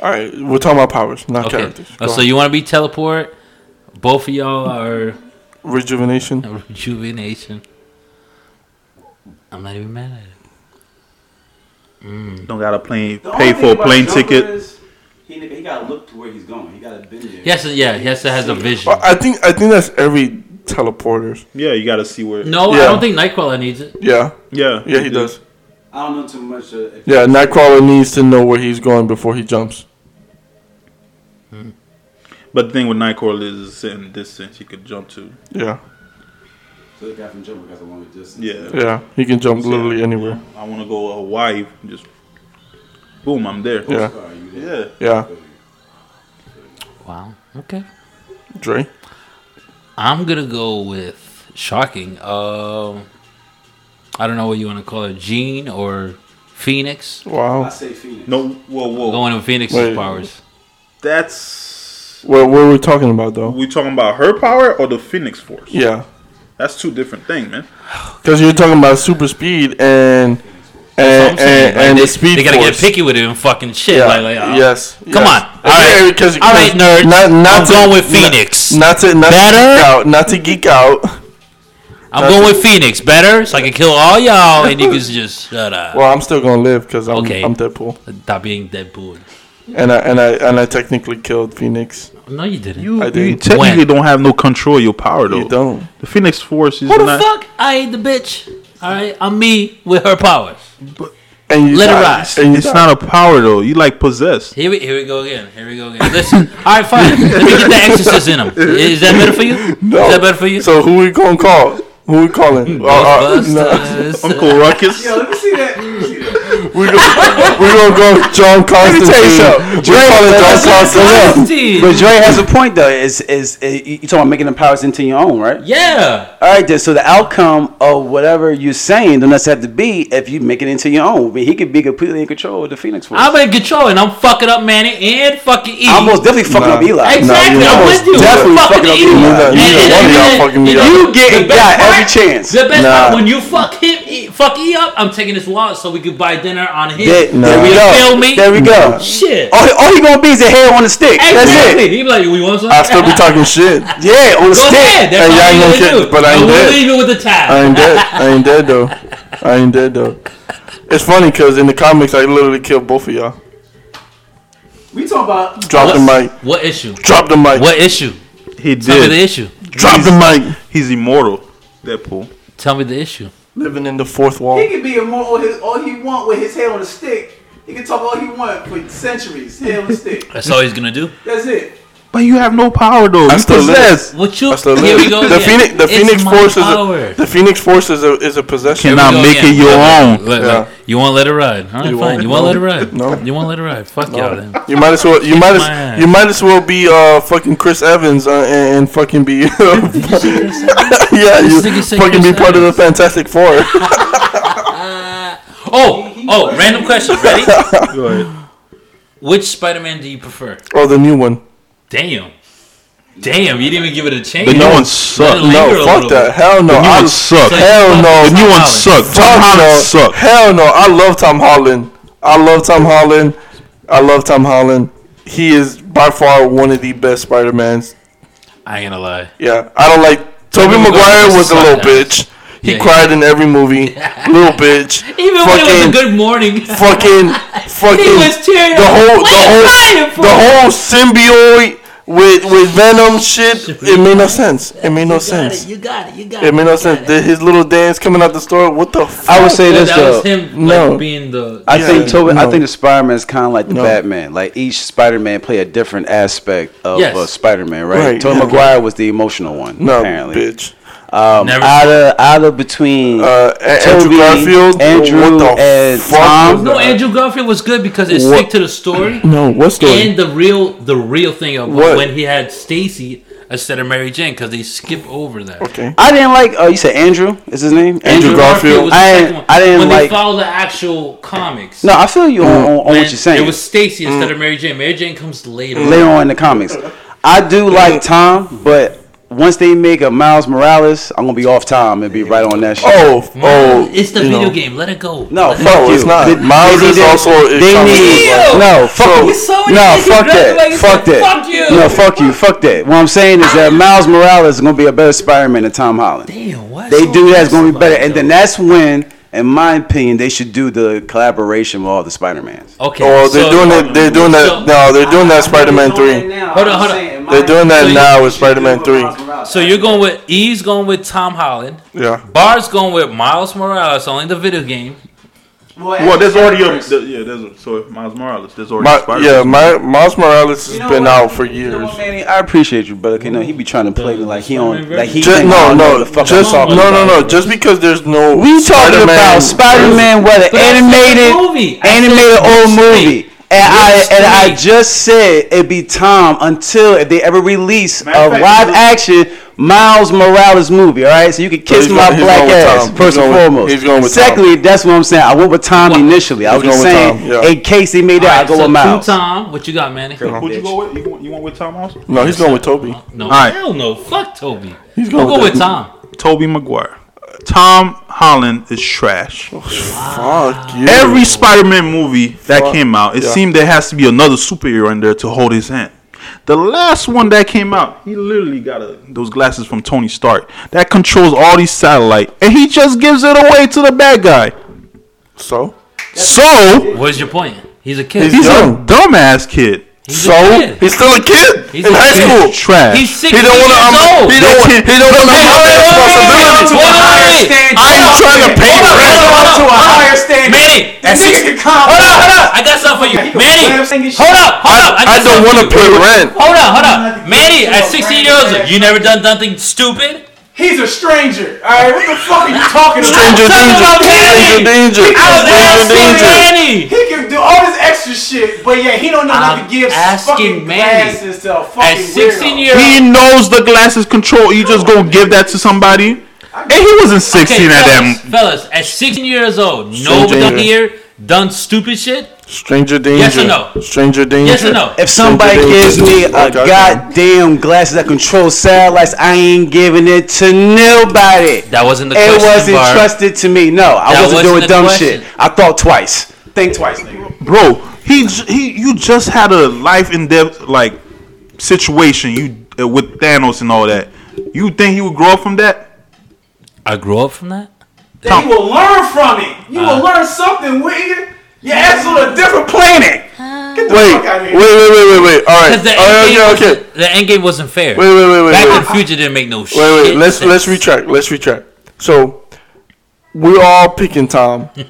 All right, we're talking about powers, not
Okay.
characters.
Uh,
Go
so
on.
you want to be teleport? Both of y'all are [laughs]
rejuvenation.
rejuvenation. I'm not even mad at it.
Don't gotta plane,
The
pay
only
for
thing
a
about
plane
Joker
ticket.
is He, nigga, he gotta look to where he's going. He gotta bend there.
Yes, yeah, yes, it has a vision.
Well, Uh, I think I think that's every teleporters.
Yeah, you gotta see where.
No, I
Yeah.
don't think Nightcrawler needs it.
Yeah,
Yeah.
yeah, he does.
I don't know too much. Uh, if
Yeah, Nightcrawler needs to know where he's going before he jumps.
But the thing with Nightcrawler is a certain distance he could jump to.
Yeah,
So the guy from Jumper got the one with distance.
Yeah.
yeah, he can jump literally anywhere.
I want to go to Hawaii. Just boom, I'm there.
Yeah,
Sorry, you there.
Yeah.
yeah.
Wow. Okay.
Dre,
I'm gonna go with shocking. Um, I don't know what you want to call it, Jean or Phoenix.
I
wow.
say Phoenix.
No. Whoa, whoa.
Going with Phoenix's
Wait.
powers.
That's.
What what were we talking about though?
We talking about her power or the Phoenix Force?
Yeah,
That's two different things, man.
because you're talking about super speed and
That's
and
what I'm saying.
and,
Like,
and
they,
the speed.
They gotta
force.
get picky with it and fucking shit.
Yeah.
Like, like, uh,
yes.
Come
yes.
on. All right.
Because,
All right, nerds.
Not, not
I'm
to,
going with
not-
Phoenix.
Not to not
Better?
to geek out. Not to geek out.
I'm going with Phoenix. Better, so I can kill all y'all, and you can [laughs] just shut up.
Well, I'm still gonna live because I'm
Okay.
I'm Deadpool,
Stop being Deadpool.
and I and I and I technically killed Phoenix.
No, you didn't.
You,
I
you
didn't.
technically
When?
don't have no control of your power though.
You don't.
The Phoenix Force is
Who the
not.
fuck? I ain't the bitch. All right, I'm me with her powers.
And you
Let it
die.
rise.
And you
It's
die.
not a power though. You like possessed.
Here we here we go again. Here we go again. Listen. [laughs] All right, fine. Let me get the exorcist in him. Is that better for you?
No.
Is that better for you?
So who we gonna call? Who we calling? Uh, uh, no.
Hmm. Ghostbusters.
Uncle Ruckus. [laughs]
Yo, let me see that. Let me see that.
we gonna, we gonna go John Constantine.
tell you something.
We call it John Constantine.
Constantine.
But Dre has a point though. Is is eh, you talking about making the powers into your own, right?
Yeah.
All right, then. So the outcome of whatever you're saying don't necessarily have to be if you make it into your own. I mean, he could be completely in control of the Phoenix Force.
I'm in control and I'm fucking up Manny and fucking E.
I'm almost definitely fucking
Nah.
up Eli.
Exactly,
Nah, you
I'm
almost
with you.
definitely
fucking
fucking up
E.
Eli.
You
And-
the- you the
and-
one
and-
y'all
and-
fucking me
and
up.
You
Get
the best
got every
part-
chance.
The best part
Nah.
when you fuck him, e, fuck E up. I'm taking his wallet so we could buy dinner on him.
There,
Nah.
there we
You
go.
feel me?
There we go.
Shit.
Oh,
All, all he gonna be is a hair on a stick.
exactly.
That's it.
He be like, we want some.
I still
[laughs]
be talking shit.
[laughs] Yeah, on a
Go
stick.
ahead. That's
Hey,
all
y'all
you need
ain't
to
gonna
do.
catch- but I ain't
we'll
dead.
leave it with the tab.
I ain't dead.
[laughs]
I ain't dead though. I ain't dead though. It's funny because in the comics I literally killed both of y'all.
We talking about
Drop the mic.
What, what issue?
Drop the mic.
What issue?
He
Tell me the
did.
issue.
Drop the mic.
He's immortal. Deadpool.
Tell me the issue.
Living in the fourth wall.
he can be immortal his, all he want with his hair on a stick. He can talk all he want for centuries. Hair on a stick.
That's all he's gonna do.
That's it.
But you have no power though.
I
You
still live.
possess.
What you?
I still
Here
live.
we go.
The
again.
Phoenix. The
It's
Phoenix
my
Force is
power.
a. The Phoenix Force is a is a possession.
Cannot- Now
Go
make
again.
it your
Let-
own.
let- let- You won't let it ride. All right,
You
fine.
won't.
You won't
No.
let it ride.
No.
You won't let it ride. Fuck y'all
[laughs]
then.
You might as well. You might
my
as.
ass.
You might as well be uh fucking Chris Evans uh, and, and fucking be. [laughs] yeah, you
nigga said
fucking be
Chris
part of the Fantastic Four. [laughs]
Oh, oh, random question.
[laughs]
Ready?
Go ahead.
Which Spider-Man do you prefer?
oh, the new one.
Damn. Damn, you didn't even give it a chance.
The new one
Let it
sucks.
linger a
No,
little
Oh, fuck that.
bit.
Hell no.
The new
I,
one sucks.
Hell no.
The new one
Holland.
sucks. Tom
Fuck no.
Holland sucks.
Hell no. I love Tom Holland. I love Tom Holland. I love Tom Holland. He is by far one of the best Spider Mans.
I ain't gonna lie.
Yeah, I don't like. Tobey
Maguire
Maguire
was
was a
sucked
little
up.
bitch. He
Yeah, yeah.
cried in every movie. Little bitch.
[laughs] Even when it was a good
[laughs]
morning, [laughs]
fucking fucking
was tearing
the
up.
whole
What
the
you crying
whole
for?
the whole symbiote with with Venom shit. It made no sense. It made no sense.
you got it, you got
It made no sense. Did his little dance coming out the store? What the fuck?
I would say
That,
this
that
though.
was him like,
No.
being the.
I
Yeah,
think Toby, I
no.
think the Spider Man is kind of like the
No.
Batman. Like each Spider Man play a different aspect of
Yes.
uh, Spider Man, right?
Right,
Tobey
yeah.
Maguire was the emotional one,
no,
apparently.
bitch.
Um,
Never- [laughs]
out of out of between
Uh, A- Andrew
Toby,
Garfield.
Andrew,
what the
and
fuck
Tom.
was
no,
that?
Andrew Garfield was good because it
What?
stick to the
[clears throat]
story
No, what's
and
going?
the real, the real thing of
What?
when he had Stacy instead of Mary Jane because they skip over that.
Okay.
I didn't like. Oh, you said Andrew is his name?
Andrew Garfield.
was the
I-
second one.
I didn't
when they
like-
follow the actual comics.
No, I feel you on, on, on what
when
you're saying. Mm.
It was Stacy instead of Mary Jane. Mary Jane comes later.
later on in the comics. I do like Tom, but once they make a Miles Morales, I'm gonna be off time and be right on that shit.
Oh, oh,
it's the
you
video
know.
game. Let it go.
No,
Let it-
fuck
No,
you.
it's not.
They-
Miles
they
is
need-
also a
they
comic
need-
book.
no, fuck
So-
you.
You
saw it,
no,
you
fuck
grabbed it
that.
by your
Fuck
thing.
that.
Fuck you.
No, fuck you. Fuck that. What I'm saying is that Miles Morales is gonna be a better Spider-Man than Tom Holland.
Damn, what?
They do that, it's gonna be better, and then that's when, in my opinion, they should do the collaboration with all the Spider-Mans.
Okay.
Oh, they're
so-
doing it. They're doing
so-
that. No, they're doing that. Spider-Man
They're doing
three.
that now.
Hold on,
I'm
hold on.
saying,
They're doing that
So you-
now with
Should do
Spider-Man
it
three.
with Miles Morales.
So you're going with E's going with Tom Holland.
Yeah.
Bar's going with Miles Morales, only the video game.
Well, there's already a,
You
yeah. There's so Miles Morales. There's already
My,
Spider-Man.
yeah, my, Miles Morales has
know
been
what?
out for
You know
years.
what, Manny?
I appreciate you, brother. 'cause, You know he be trying to play me like he on, like he
Just,
think I
no,
don't know
no,
what the fuck I'm
just no,
talking
no,
about.
no. Just because there's no
We talking about Spider Man, whether
But I said
animated,
the movie. I
animated
said
or
which
movie.
three?
And I
Which
and I
three?
just said it'd be time until if they ever release
Matter of
a
fact,
live action Miles Morales movie. All right, so you can kiss
he's
my
going- he's
black
going with
ass
Tom. He's
first and
going with-
foremost.
he's going with Tom.
Secondly, that's what I'm saying. I went with Tom
What?
initially. I was
He's
just
going
saying
with Tom, yeah.
in case he made that, I
Alright,
go
so
with Miles.
two Tom, what you got, man?
Would you go with? You went, you went with Tom also?
No, he's going with Toby.
No,
Alright.
hell no. Fuck Toby.
He's
We'll
going
go
with
with Tom.
Toby Maguire. Tom Holland is trash.
Fuck you.
Every Spider-Man movie that
Fuck.
came out, it
Yeah.
seemed there has to be another superhero in there to hold his hand. The last one that came out, he literally got a, those glasses from Tony Stark that controls all these satellite, and he just gives it away to the bad guy.
so
So
Where's your point? He's a kid.
he's
He's,
a
Dumb.
dumbass kid.
a
so
kid.
he's still a kid
He's
in
a
high
kid.
school.
Trash.
He's
He
sixteen
don't want
years
to.
old.
He don't. He don't want to have that responsibility. I ain't trying to pay for it.
To a higher standard.
Manny,
That
that's
nigga can come.
Hold up, hold up. I got something for you. Manny, hold up, hold up.
I
got
don't
something
want
for
to
you.
pay rent.
Hold up, hold up. Manny, at 16 years old, you never done nothing stupid?
He's a stranger. All right, what the
[laughs]
fuck are you talking
Stranger
about?
talking
danger.
about Manny.
Stranger danger.
I was asking
Stranger danger.
Manny.
He can do all this extra shit, but yeah, he don't know
I'm
how to give
asking
fucking
Manny.
glasses to a
At
fucking
16
weirdo.
years
He knows the glasses control. You just gonna give that to somebody. And he wasn't 16
Okay,
at
fellas,
that.
fellas, at 16 years old, no
Stranger.
one here done stupid shit.
Stranger danger.
Yes or no?
Stranger danger.
Yes or no?
If somebody
Stranger
gives
danger.
me a
Like I said.
goddamn glasses that control satellites, I ain't giving it to nobody.
That wasn't the
it
question.
wasn't
Barb.
trusted to me. No, I
That
wasn't,
wasn't the
doing dumb
question.
shit. I thought twice. Think twice, nigga.
Bro, he j- he you just had a life in depth like situation you uh, with Thanos and all that. You think he would grow up from that?
I grew up from that.
Then you will learn from it. You will
Uh-huh.
learn something, will you? Your ass on a different planet. Get the
Wait,
fuck out of
wait,
here.
wait, wait, wait, wait. All right.
Because the,
All right,
end game
Oh, okay, okay.
wasn't- the end game wasn't fair.
Wait, wait, wait, wait,
Back
wait.
to the Future didn't make no shit.
Wait, wait. Let's let's
sense.
retract. Let's retract. So we're all picking Tom.
[laughs]
you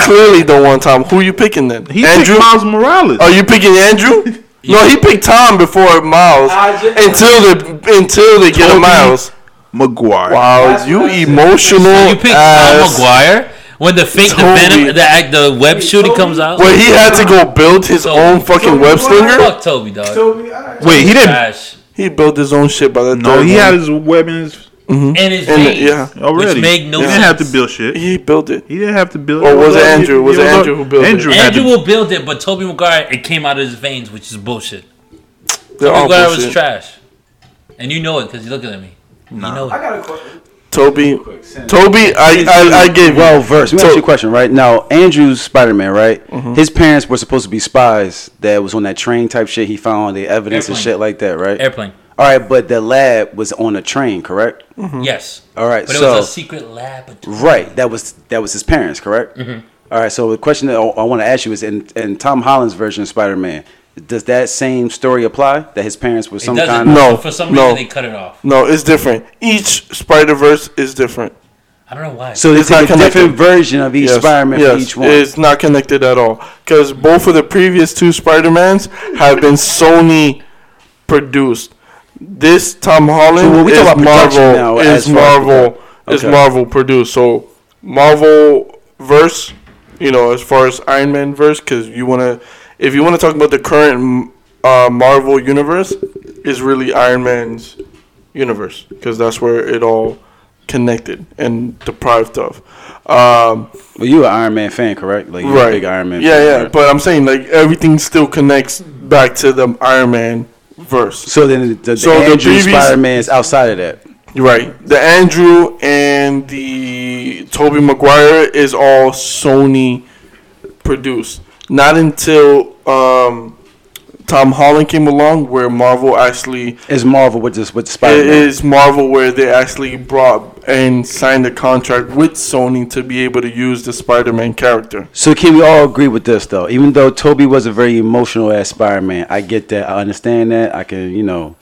clearly don't want Tom. Who you picking then?
He
Andrew.
picked Miles Morales.
Are you
[laughs]
picking Andrew? No, he picked Tom before Miles.
I just-
until they until they get a
Toby.
Miles.
Maguire.
Wow,
That's
you
what I said.
emotional.
So
You picked Tom
ass.
McGuire when the fake the
Toby.
venom the act- the web shooting
Toby.
comes out.
Where he had to go build his
Toby.
own fucking
Toby,
web
what
slinger.
Fuck Toby, dog.
So we- all right.
Wait, he didn't.
Trash.
He built his own shit by the
No,
third
he
one.
had his weapons
And his
Hmm? And,
veins,
yeah.
already.
which make no
he
sense.
didn't have to build shit.
He built it.
He didn't have to build.
Or was it Andrew? Was it
a-
Andrew who built it?
Andrew had
Andrew
to.
will build it, but Toby McGuire it came out of his veins, which is bullshit.
They're
Toby
all
McGuire
bullshit.
was trash, and you know it because you're looking at me. You know
I
it.
got a question.
Toby.
Quick sentence.
Toby, I, I, I gave
Well
you.
versed.
So-
Let me
Mm-hmm.
ask you a question, right? Now, Andrew's Spider Man, right? His parents were supposed to be spies that was on that train type shit. He found all the evidence and
Airplane.
shit like that, right?
Airplane.
All right, but the lab was on a train, correct?
Yes.
All right,
But it
Hmm. so-
was a secret lab.
Right. That was that was his parents, correct?
Mm-hmm.
All right. So the question that I, want to ask you is, in, in Tom Holland's version of Spider Man, does that same story apply? That his parents were
It
some
doesn't.
kind of
No,
For some
no.
reason, they cut it off.
No, it's different. Each Spider Verse is different.
I don't know why.
so they
It's
take a
not connected.
different version of each Spider Man for each one.
It's not connected at all. Because both of the previous two Spider Mans have been Sony produced. This Tom Holland
So when we
is
talk about production
Marvel.
now,
is
as far as-
Marvel. Is
Okay.
Marvel produced. So Marvel verse, you know, as far as Iron Man verse, because you wanna, if you wanna talk about the current uh, Marvel universe, is really Iron Man's universe because that's where it all connected and deprived of. Um,
well, you an Iron Man fan, correct? Like you're
right.
a big Iron Man.
Yeah,
fan,
yeah.
right?
But I'm saying like everything still connects back to the Iron Man verse.
so then the, the,
So the
Andrew
previous-
Spider Man's outside of that.
Right. The Andrew and the Toby Maguire is all Sony produced. Not until um, Tom Holland came along where Marvel actually
Is Marvel with this with Spider
it
Man?
is Marvel where they actually brought and signed a contract with Sony to be able to use the Spider-Man character.
So can we all agree with this though? Even though Toby was a very emotional ass Spider Man, I get that, I understand that, I can, you know,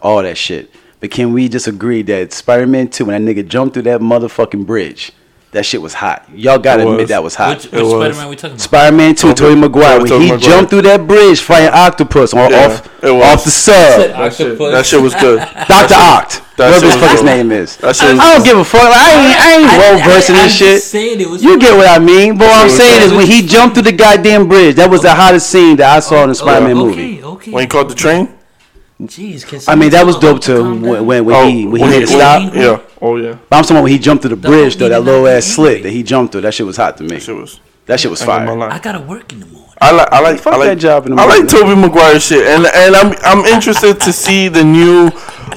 all that shit. But can we just agree that Spider Man Two, when that nigga jumped through that motherfucking bridge, that shit was hot. Y'all gotta
It
admit
was.
that was
which
hot.
which
was.
Spider Man we talking about?
Spider Man Two, Toby Maguire, when
Tobey
he
Maguire.
jumped through that bridge fighting Octopus on
Yeah,
off
it was.
off the sub,
That shit,
Octopus.
that shit was good.
[laughs] Doctor Oct, whatever
shit
his
was
fuck his
dope.
name is.
That shit was
I don't give a fuck. Like, I ain't, I ain't well versed in
I- I
this
just
shit.
said it was-
You get what I mean. But what I'm
Sure,
saying
sure.
is when he jumped through the goddamn bridge, that was the hottest scene that I saw in a Spider-Man movie.
Oh, Okay,
when
okay.
he caught the train.
Jeez, can
I mean,
someone
that was
tell him
dope
to
too.
calm
When
down?
when, when
Oh,
he when he had
when
to stop.
he-
Yeah. Oh yeah.
But I'm talking about when he jumped through the bridge though,
whole
that
beating
low
up
ass
the
slit
movie.
that he jumped through. That shit was hot to me.
Shit was.
That shit was
I ain't gonna
fire.
lie.
I gotta work in the morning.
I like I like
Fuck
I like,
that job in the
I like
morning.
Toby Maguire shit, and and I'm I'm interested to see the new,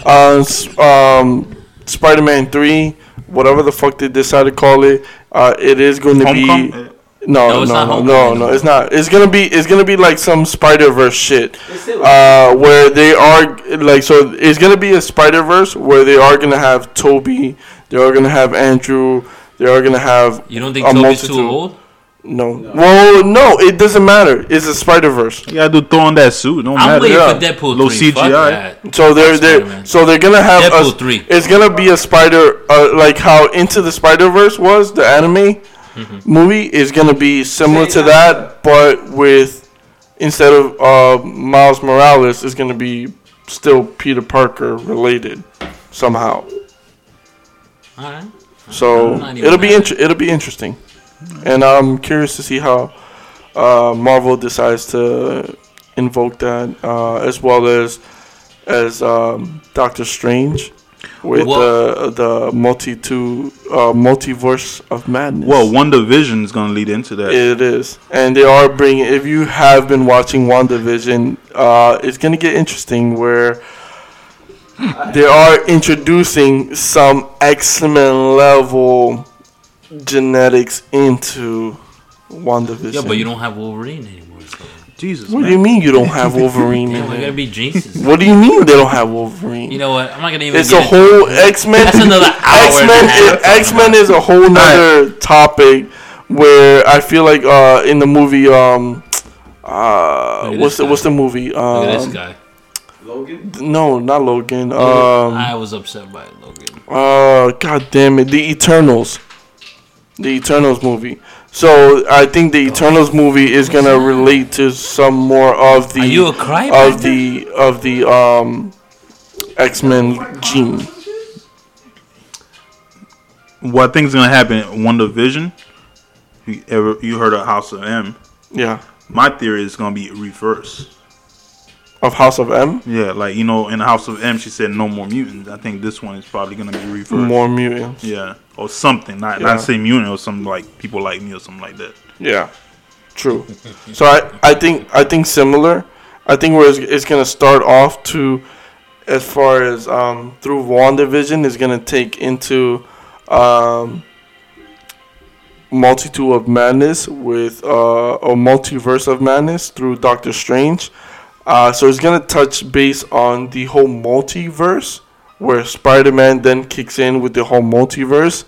uh, s- um, Spider-Man three, whatever the fuck they decide to call it. Uh, it is going to be
Homecoming?
no no
No, it's not
no, no
Homecoming.
no it's not. It's gonna be it's gonna be like some Spider Verse shit,
still-
uh, where they are like so it's gonna be a Spider Verse where they are gonna have Toby, they are gonna have Andrew, they are gonna have
You don't think
a
Toby's too
multitude.
old?
No. Well, no, it doesn't matter. It's a Spider Verse.
You gotta do throw on that suit. Don't
I'm
matter.
waiting
yeah.
for Deadpool
Low
3. Fuck
CGI.
that.
So they're they
Spider-Man.
so they're gonna have
Deadpool
a,
3.
It's gonna be a Spider uh, like how Into the Spider Verse was the anime
Mm-hmm.
movie is gonna be similar to
Same
that, but with instead of uh, Miles Morales, it's gonna be still Peter Parker related somehow.
All right.
So
I'm not even
it'll be
mad.
inter- it'll be interesting, and I'm curious to see how uh, Marvel decides to invoke that, uh, as well as as um, Doctor Strange with
Well-
the the multi two uh, multiverse of madness.
Well, One Division is gonna lead into that.
It is, and they are bringing. If you have been watching WandaVision, uh, it's gonna get interesting where they are introducing some X Men level genetics into WandaVision.
Yeah, but you don't have Wolverine anymore. So.
Jesus,
What
man.
do you mean you don't
[laughs]
have Wolverine?
Yeah,
in
we're
there?
gonna be Jesus.
What do you mean they don't have Wolverine?
You know what? I'm not gonna even.
it's
get
a
into
whole X Men.
That's another
[laughs]
hour and a
X Men.
half talking
X Men is a whole nother topic where I feel like uh, in the movie um uh
Look at
what's
this
the what's
guy.
the movie
Look at this
um
guy.
no not Logan um
I was upset by it, Logan.
uh god damn it the Eternals the Eternals movie. So I think
Oh.
the Eternals movie is gonna relate to some more of the
Are you a crybaby?
of the of the um X Men gene.
what I think is gonna happen? One Division. If you ever you heard of House of M?
Yeah.
My theory is gonna be reverse.
Of House of M.
Yeah, like you know, in House of M, she said no more mutants. I think this one is probably gonna be reversed.
More mutants.
Yeah, or something. Not
Yeah.
not say mutant or something like people like me or something like that.
Yeah, true. so I, I think I think similar. I think where it's, it's gonna start off to, as far as um, through Wandavision is gonna take into, um, multitude of madness with uh, or multiverse of madness through Doctor Strange. Uh, so it's gonna touch base on the whole multiverse, where Spider-Man then kicks in with the whole multiverse,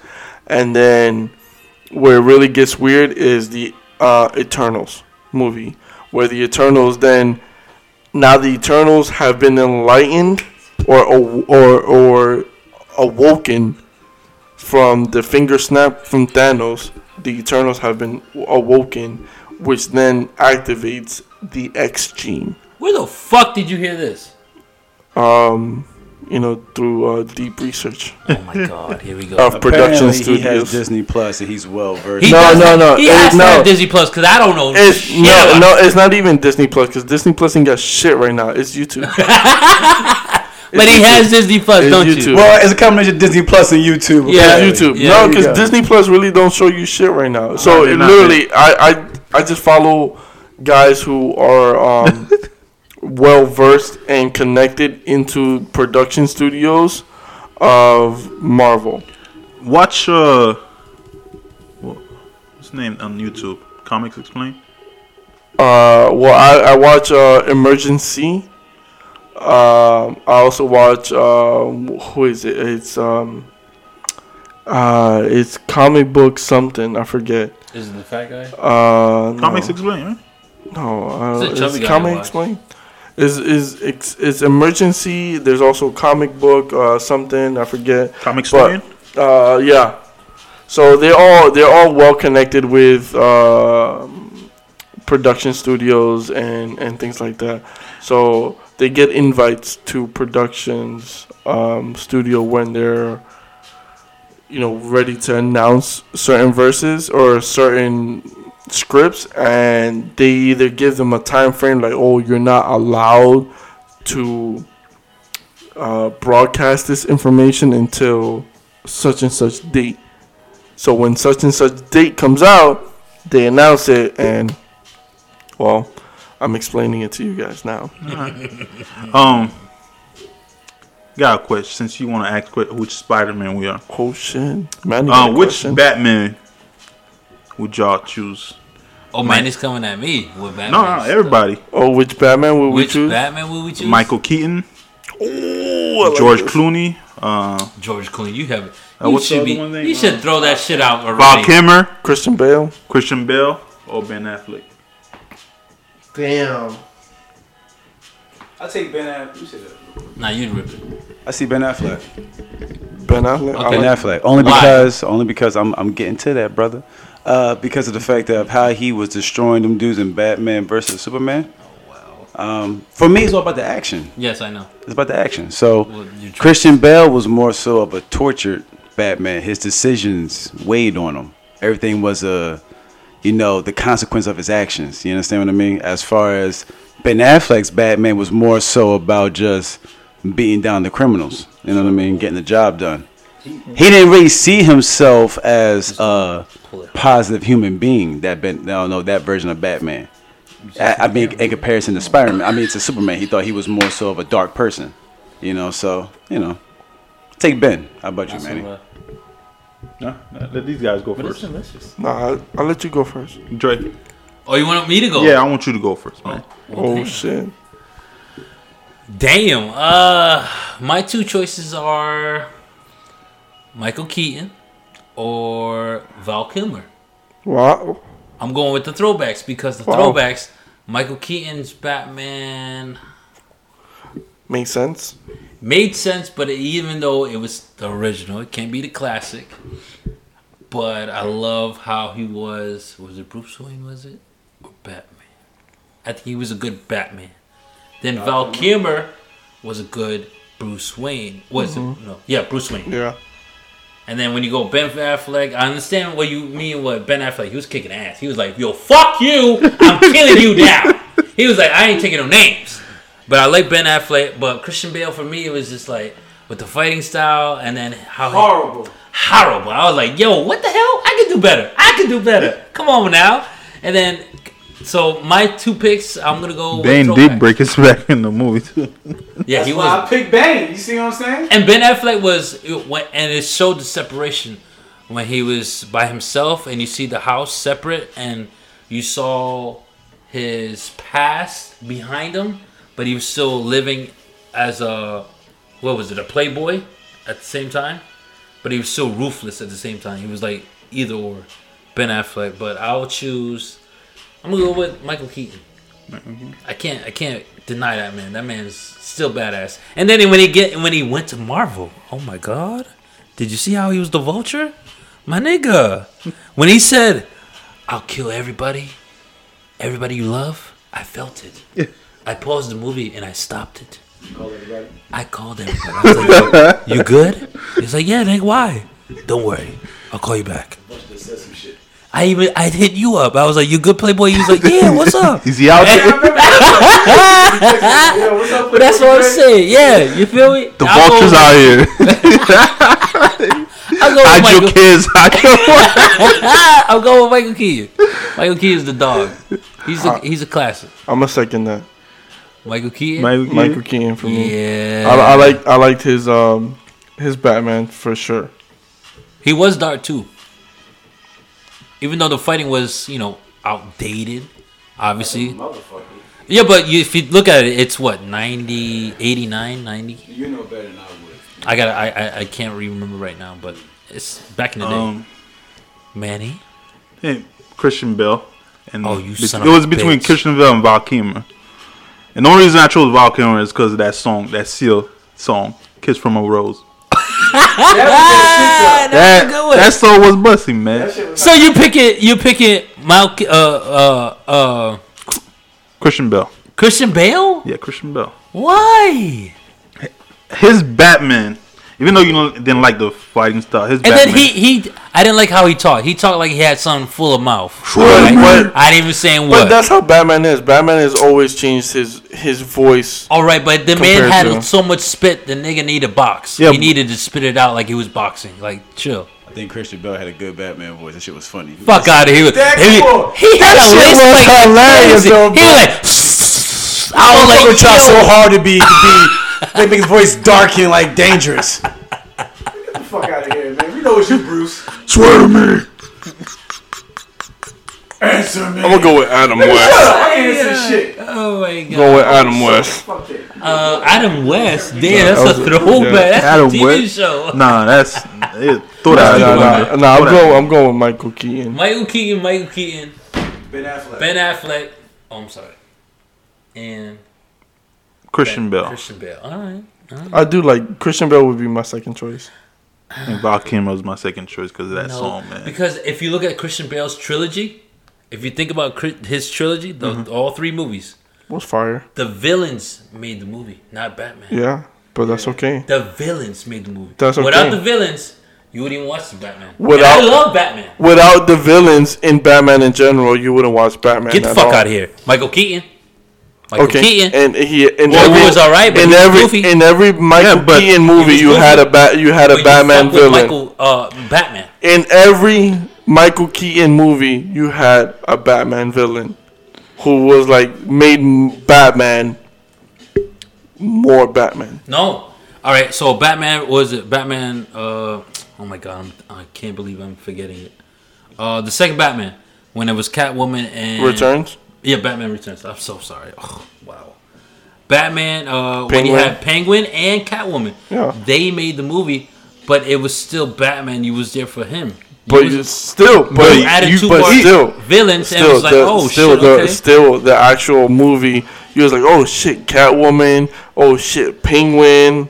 and then where it really gets weird is the uh, Eternals movie, where the Eternals then now the Eternals have been enlightened or aw- or or awoken from the finger snap from Thanos. The Eternals have been awoken, which then activates the X gene.
Where the fuck did you hear this?
Um, you know, through uh, deep research
Oh
[laughs]
my god, here we go.
of production
Apparently, he has
studios.
Disney Plus and he's well versed.
He
Oh, No,
does
no,
have-
no,
He
it-
has to
no.
have Disney Plus because I don't know.
It's
shit
no,
about
no, it's not even Disney Plus because Disney Plus ain't got shit right now. It's
[laughs]
YouTube.
But he has Disney Plus,
It's
don't you?
YouTube.
Well, it's a combination of Disney Plus and YouTube.
Yeah.
apparently.
YouTube.
Yeah.
no,
There you
because
go.
Disney Plus really don't show you shit right now. So
they're
it
not.
literally, I, I I just follow guys who are um, well versed and connected into production studios of Marvel.
Watch uh, wha- what's named on YouTube? Comics Explain.
Uh, well, I I watch uh, Emergency. Um, I also watch um, who is it? It's um, uh, it's comic book something. I forget.
Is it the fat guy?
Uh, no.
Comics Explain, right?
No, uh,
It's a chubby guy
is
to
comic
watch.
explain? Is is it's, it's emergency? There's also comic book uh, something I forget.
Comic
But-
Explain.
Uh, yeah. So they're all they're all well connected with uh, production studios and and things like that. So they get invites to productions um, studio when they're you know ready to announce certain verses or certain scripts and they either give them a time frame like oh you're not allowed to uh, broadcast this information until such and such date. So when such and such date comes out, they announce it, and well, I'm explaining it to you guys now.
Um, got a question. Since you want to ask que- which Spider-Man we are,
Oh shit, man! you got
uh,
a
which
question?
Batman would y'all choose?
Oh man, it's coming at me with Batman.
No, no, everybody.
oh, which Batman will we
Which
choose?
Batman will we choose?
Michael Keaton,
Ooh, I like
George
this.
Clooney, uh,
George Clooney. You have.
Uh,
you
what's the
should
other
be.
one they-
You should throw that shit out already.
Bob Kimmer,
Christian Bale.
Christian Bale, or Ben Affleck.
Damn.
I'll take Ben Affleck. You said that.
Nah, you rip it.
I see Ben Affleck.
Ben Affleck. Uh, I
Okay.
Ben
like-
Affleck. Only
Why?
because only because I'm I'm getting to that, brother. Uh, because of the fact of how he was destroying them dudes in Batman versus
Oh,
Superman. Um, for me, it's all about the action.
Yes, I know.
It's about the action. So
Well, you tr-
Christian Bale was more so of a tortured Batman. His decisions weighed on him. Everything was a, you know, the consequence of his actions. You understand what I mean? As far as Ben Affleck's Batman was more so about just beating down the criminals. You know what I mean? Getting the job done. He didn't really see himself as a positive human being. That Ben, no, no, that version of Batman. I, I mean, in comparison to Spider-Man, I mean to Superman, he thought he was more so of a dark person. You know, so you know, take Ben. How about you, Manny?
No, no, let these guys go first.
Nah, I'll, I'll let you go first.
Dre.
Oh, you want me to go?
Yeah, I want you to go first, man.
Oh shit.
Damn. Uh, my two choices are Michael Keaton or Val Kilmer.
Wow.
I'm going with the throwbacks because the
Wow.
throwbacks. Michael Keaton's Batman
Makes sense.
made sense, but even though it was the original, it can't be the classic. But I love how he was. Was it Bruce Wayne? Was it or Batman? I think he was a good Batman. Then Val Kilmer was a good Bruce Wayne. Was it? No, yeah, Bruce Wayne.
Yeah.
And then when you go Ben Affleck, I understand what you mean. What Ben Affleck? He was kicking ass. He was like, "Yo, fuck you! I'm killing you
[laughs]
now." He was like, "I ain't taking no names." But I like Ben Affleck. But Christian Bale for me, it was just like with the fighting style and then how he-
Horrible.
horrible. I was like, "Yo, what the hell? I could do better. I could do better. Come on now." And then, so my two picks, I'm gonna go. with
Bane
throwback.
did break his [laughs] back in the movie. too.
Yeah,
That's
he
why
was
I picked Bane. You see what I'm saying?
And Ben Affleck was, it went, and it showed the separation when he was by himself, and you see the house separate, and you saw his past behind him, but he was still living as a, what was it, a playboy at the same time, but he was still ruthless at the same time. He was like either or, Ben Affleck. But I'll choose. I'm gonna go with Michael Keaton. I can't I can't deny that man. That man's still badass. And then when he get when he went to Marvel, oh my god. Did you see how he was the vulture? My nigga. When he said, I'll kill everybody, everybody you love, I felt it. I paused the movie and I stopped it. I called everybody. I was like, you good? He's like, yeah, nigga, why? Don't worry. I'll call you back. I even I hit you up. I was like, you good playboy? He was like, yeah, what's up?
Is he
[laughs]
out there?
Yo, what's up
But
with
that's
you,
what I'm
Dre?
saying. Yeah, you feel me?
The vultures out here.
[laughs] I'll go
Hide your
with Michael. [laughs]
kids. Hide your
I'll go with Michael Keaton. Michael Keaton's the dog. He's a he's a classic.
I'm a second that.
Michael Keaton.
Michael Keaton for me. I,
yeah,
I like I liked his um his Batman for sure.
he was dark too. Even though the fighting was you know outdated, obviously. Yeah, but you, if you look at it, it's what 90, 89, 90?
You know better than I would.
I got I, I I can't remember right now, but it's back in the day.
Um,
Manny,
hey, Christian Bale. And
Oh, you
bet-
son
It
of a
was between
bitch.
Christian Bale and Val Kilmer. And the only reason I chose Val Kilmer is because of that song, that Seal song, "Kiss from a Rose."
That was
That
Ah, a good one.
that song was busting, man.
a good shit.
so you pick it. You pick it. Mal, uh uh uh
Christian Bale.
Christian Bale.
Yeah, Christian Bale.
Why?
His Batman. Even though you don't- didn't like the fighting style, his
And
Batman.
then he he I didn't like how he talked. He talked like he had something full of mouth.
But, but,
I didn't even say in
but
what.
that's how Batman is. Batman has always changed his his voice.
All right, but the man
Compared
had
to-
so much spit. The nigga need a box.
Yeah,
he
but-
needed to spit it out like he was boxing. Like chill.
I think Christian Bell had a good Batman voice. That shit was funny.
Fuck out of here.
That's
He,
cool.
he had a
shit
list
was
like
hilarious,
crazy.
though,
He
bro.
was like. [laughs] I was like,
Like, try
yo.
so hard to be to be. [laughs] They make his voice dark and like dangerous.
Get the fuck out of here, man. We know it's you, Bruce.
swear to me.
Answer me.
I'm gonna go with Adam West.
I ain't answer shit.
Oh my god.
Go with Adam West.
Fuck that.
Uh, Adam West. Damn, that's a throwback. That's
Adam
a TV
West.
show.
Nah, that's it, throw that.
Nah,
out the
nah, nah,
window. Throw
I'm
that-
going. I'm going with Michael Keaton.
Michael Keaton. Michael Keaton.
Ben Affleck.
Ben Affleck. Oh, I'm sorry. And
Christian Bale.
Christian Bale. All right.
I do like Christian Bale would be my second choice.
And Val Kilmer was my second choice because of that
No,
song, man.
Because if you look at Christian Bale's trilogy, if you think about Chri- his trilogy, the,
Mm-hmm.
all three movies,
Was fire.
the villains made the movie, not Batman.
Yeah, but that's okay.
The villains made the movie.
That's
Without
okay.
the villains, You wouldn't even watch the Batman.
Without-
And I love Batman.
Without the villains in Batman in general, you wouldn't watch Batman.
Get the
at
fuck
all.
out of here, Michael Keaton. Michael
Okay,
Keaton.
and he in
Well, he
every
was all right, but
in
he was
every
goofy.
in every Michael
Yeah, but
Keaton
he
movie,
was
you had a
goofy.
bat, you had
But
a
you
Batman
fuck with
villain.
Michael uh, Batman.
In every Michael Keaton movie, you had a Batman villain who was like made m- Batman more Batman.
No. All right. So Batman was it? Batman. Uh, oh my god, I'm, I can't believe I'm forgetting it. Uh, the second Batman when it was Catwoman and
Returns.
Yeah, Batman Returns. I'm so sorry. Oh, wow. Batman. Uh, when you
Penguin.
had Penguin and Catwoman,
Yeah.
they made the movie, but it was still Batman. You was there for him. You
But
was-
you still, but
you
you,
added two
but
more
still,
villains, and it
still,
was like,
the,
oh
still,
shit,
the,
okay.
still the actual movie. You was like, oh shit, Catwoman. Oh shit, Penguin.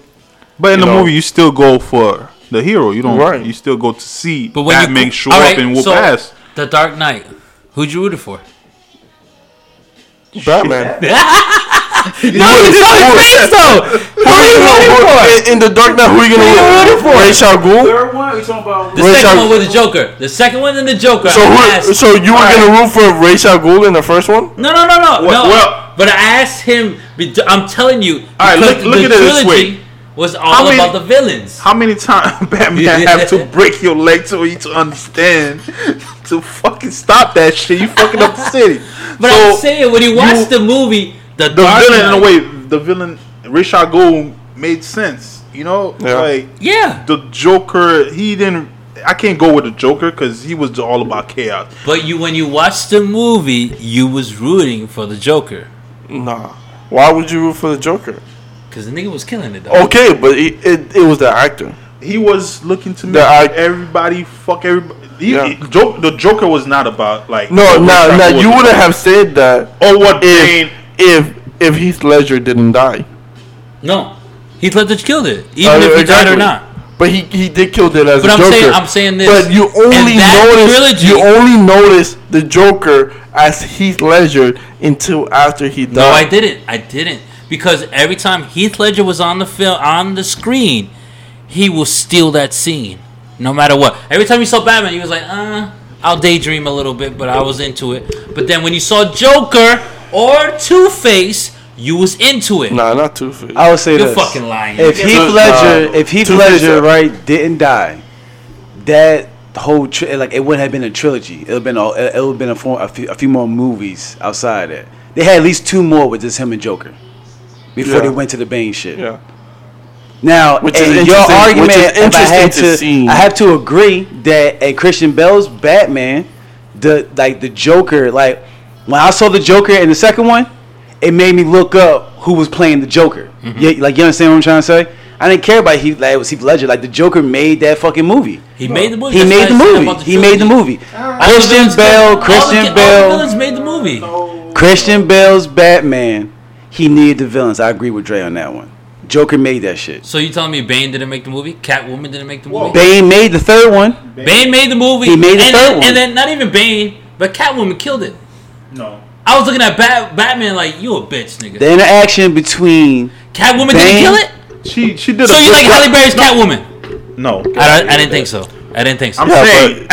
But in
You
the
know.
movie, you still go for the hero. You don't.
Right.
You still go to see
But when
Batman
you
show
All right,
up and whoop
so
ass.
The Dark Knight. Who'd you root it for?
Batman. [laughs]
[laughs] No, you know his face though. Who are you rooting for?
In, in the Dark Knight, who are you gonna root for? Ra's al Ghul.
Third one? Are you talking about?
The
Ray
second
Charles-
one was the Joker. The second one and the Joker.
So,
I
who,
asked-
so you were gonna root for Ra's al Ghul in the first one?
no, no, no, no,
Well-
no.
well-
but I asked him. be- I'm telling you.
All right,
because
look- look
the
at it this
trilogy
way.
Was all
How many-
about the villains.
How many times [laughs] Batman have to break your leg to you to understand [laughs] to fucking stop that shit? You fucking
[laughs]
up the city.
But I'm saying when you watch the movie, the,
the
Dark
villain in a
Knight-
way, the villain Richard Gould made sense. You know,
Yeah.
like
Yeah,
the Joker, he didn't. I can't go with the Joker because he was all about chaos.
but you when you watch the movie, you was rooting for the Joker
Nah. Why would you root for the Joker?
because the nigga was killing it. Though.
Oh.
Okay, but it it, it was the actor.
He was looking to make
The act-
everybody fuck everybody. He,
Yeah.
he- Jo- the Joker was not about like
No,
what
no,
Richard
no.
Gould
You
was
wouldn't
about.
have said that
Oh,
or what Bane.
if if if Heath Ledger didn't die.
No, Heath Ledger killed it, even
Uh,
if he died
exactly.
or not.
But he, he did kill it as
But
a
I'm
Joker.
saying- I'm saying this.
But you only
In that
notice
trilogy-
you only notice the Joker as Heath Ledger until after he died.
No, I didn't. I didn't because every time Heath Ledger was on the film on the screen, he will steal that scene, no matter what. Every time you saw Batman, he was like, "Uh, I'll daydream a little bit, but I was into it." But then when you saw Joker or Two Face, you was into it.
Nah, not Two Face. [laughs]
I would say
You're
this.
fucking lying.
If
You're
Heath
fucking
Ledger,
lying.
if Heath
Two
Ledger,
percent.
right, didn't die, that whole tri- like it wouldn't have been a trilogy. It would have been a, it would have been a, form, a, few, a few more movies outside that. They had at least two more with just him and Joker before
Yeah.
they went to the Bane shit.
yeah.
Now,
Which is
and your
interesting-
argument,
which is
if I had
interesting to
to,
see.
I have to agree that at Christian Bell's Batman, the like the Joker, like when I saw the Joker in the second one, it made me look up who was playing the Joker.
Mm-hmm.
Yeah, like you understand what I'm trying to say? I didn't care about Heath, like, it was Heath Ledger. Like the Joker made that fucking movie.
He made the movie.
He
That's
made
what
the
I said
movie.
about
He made the
trilogy.
movie.
All the
Christian
villains killed- all
Bell,
the ki-
Christian
all The
Bell,
villains made the movie.
Christian Bell's Batman. He needed the villains. I agree with Dre on that one. Joker made that shit.
So you telling me Bane didn't make the movie? Catwoman didn't make the movie?
Bane made the third one.
Bane, made the movie.
He made the
and
third
then,
one.
And then not even Bane, but Catwoman killed it.
No.
I was looking at Bat- Batman like you a bitch, nigga.
The interaction between
Catwoman
Bane-
didn't kill it.
She she did.
So
a
you
good
like
job.
Halle Berry's Catwoman?
No,
I, don't, I didn't think so. I didn't think so.
I'm
Yeah,
saying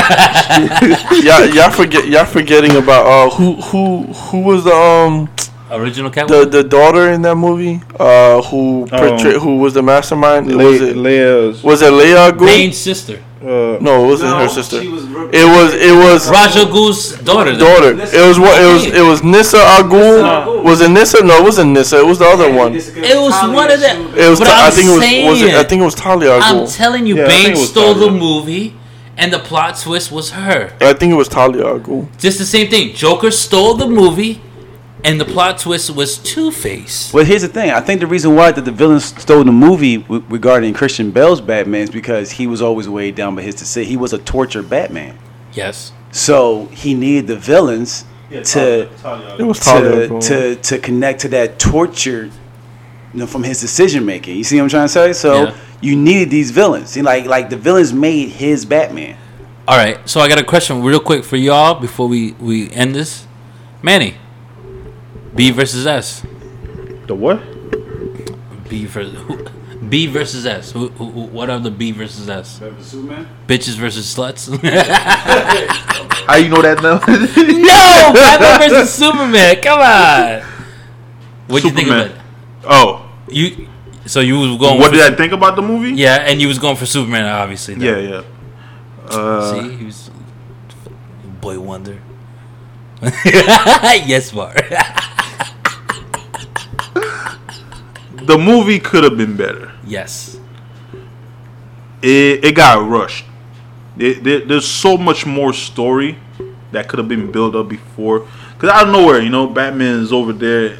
but y'all, y'all forget y'all forgetting about uh who who who was the um
Original
the
Catwoman.
the daughter in that movie uh who portray,
Oh.
Um,
who was the mastermind was
Le-
it
Leia's.
was it Leia al Ghul?
Bane's sister,
Uh,
No, it wasn't
No,
her sister.
she was re-
it was it was
Raja Ghoul's daughter. then.
daughter.
Nissa.
It was what it was. It was Nissa al Ghul.
Nissa al Ghul.
Was it Nissa? No, it wasn't Nissa. It was the other one. It
It was one of the.
was.
But
Ta- I
I'm
think it was. was it, I
saying-
think it was Talia al
I'm
Ghul.
telling you,
Yeah, I think
Bane
it was
stole the
Talia.
movie, and the plot twist was her.
I think it was Talia al Ghul.
Just the same thing. Joker stole the movie, and the plot twist was Two Face.
Well, here's the thing. I think the reason why that the villains stole the movie w- regarding Christian Bell's Batman is because he was always weighed down by his decision. He was a tortured Batman,
Yes.
so he needed the villains to
It was Talia al
to,
Ghul.
to to connect to that torture you know, from his decision making. You see what I'm trying to say? So
Yeah.
you needed these villains. See, like like the villains made his Batman.
All right, so I got a question real quick for y'all before we we end this. Manny, B versus S.
the what?
B versus who- B versus S. Who, who, who, what are the B versus S?
Better Superman.
Bitches versus sluts. [laughs]
How you know that
[laughs]
now?
no, Batman versus Superman. Come on. What you think
Superman.
about it?
oh,
you? So you was going.
what
for,
did I think about the movie?
Yeah, and you was going for Superman, obviously. though.
yeah, yeah. Uh,
See, he was boy wonder. [laughs] yes, Mar.
the movie could have been better.
[laughs] yes.
It it got rushed. It, there, there's so much more story that could have been built up before. Cause out of nowhere, you know, Batman is over there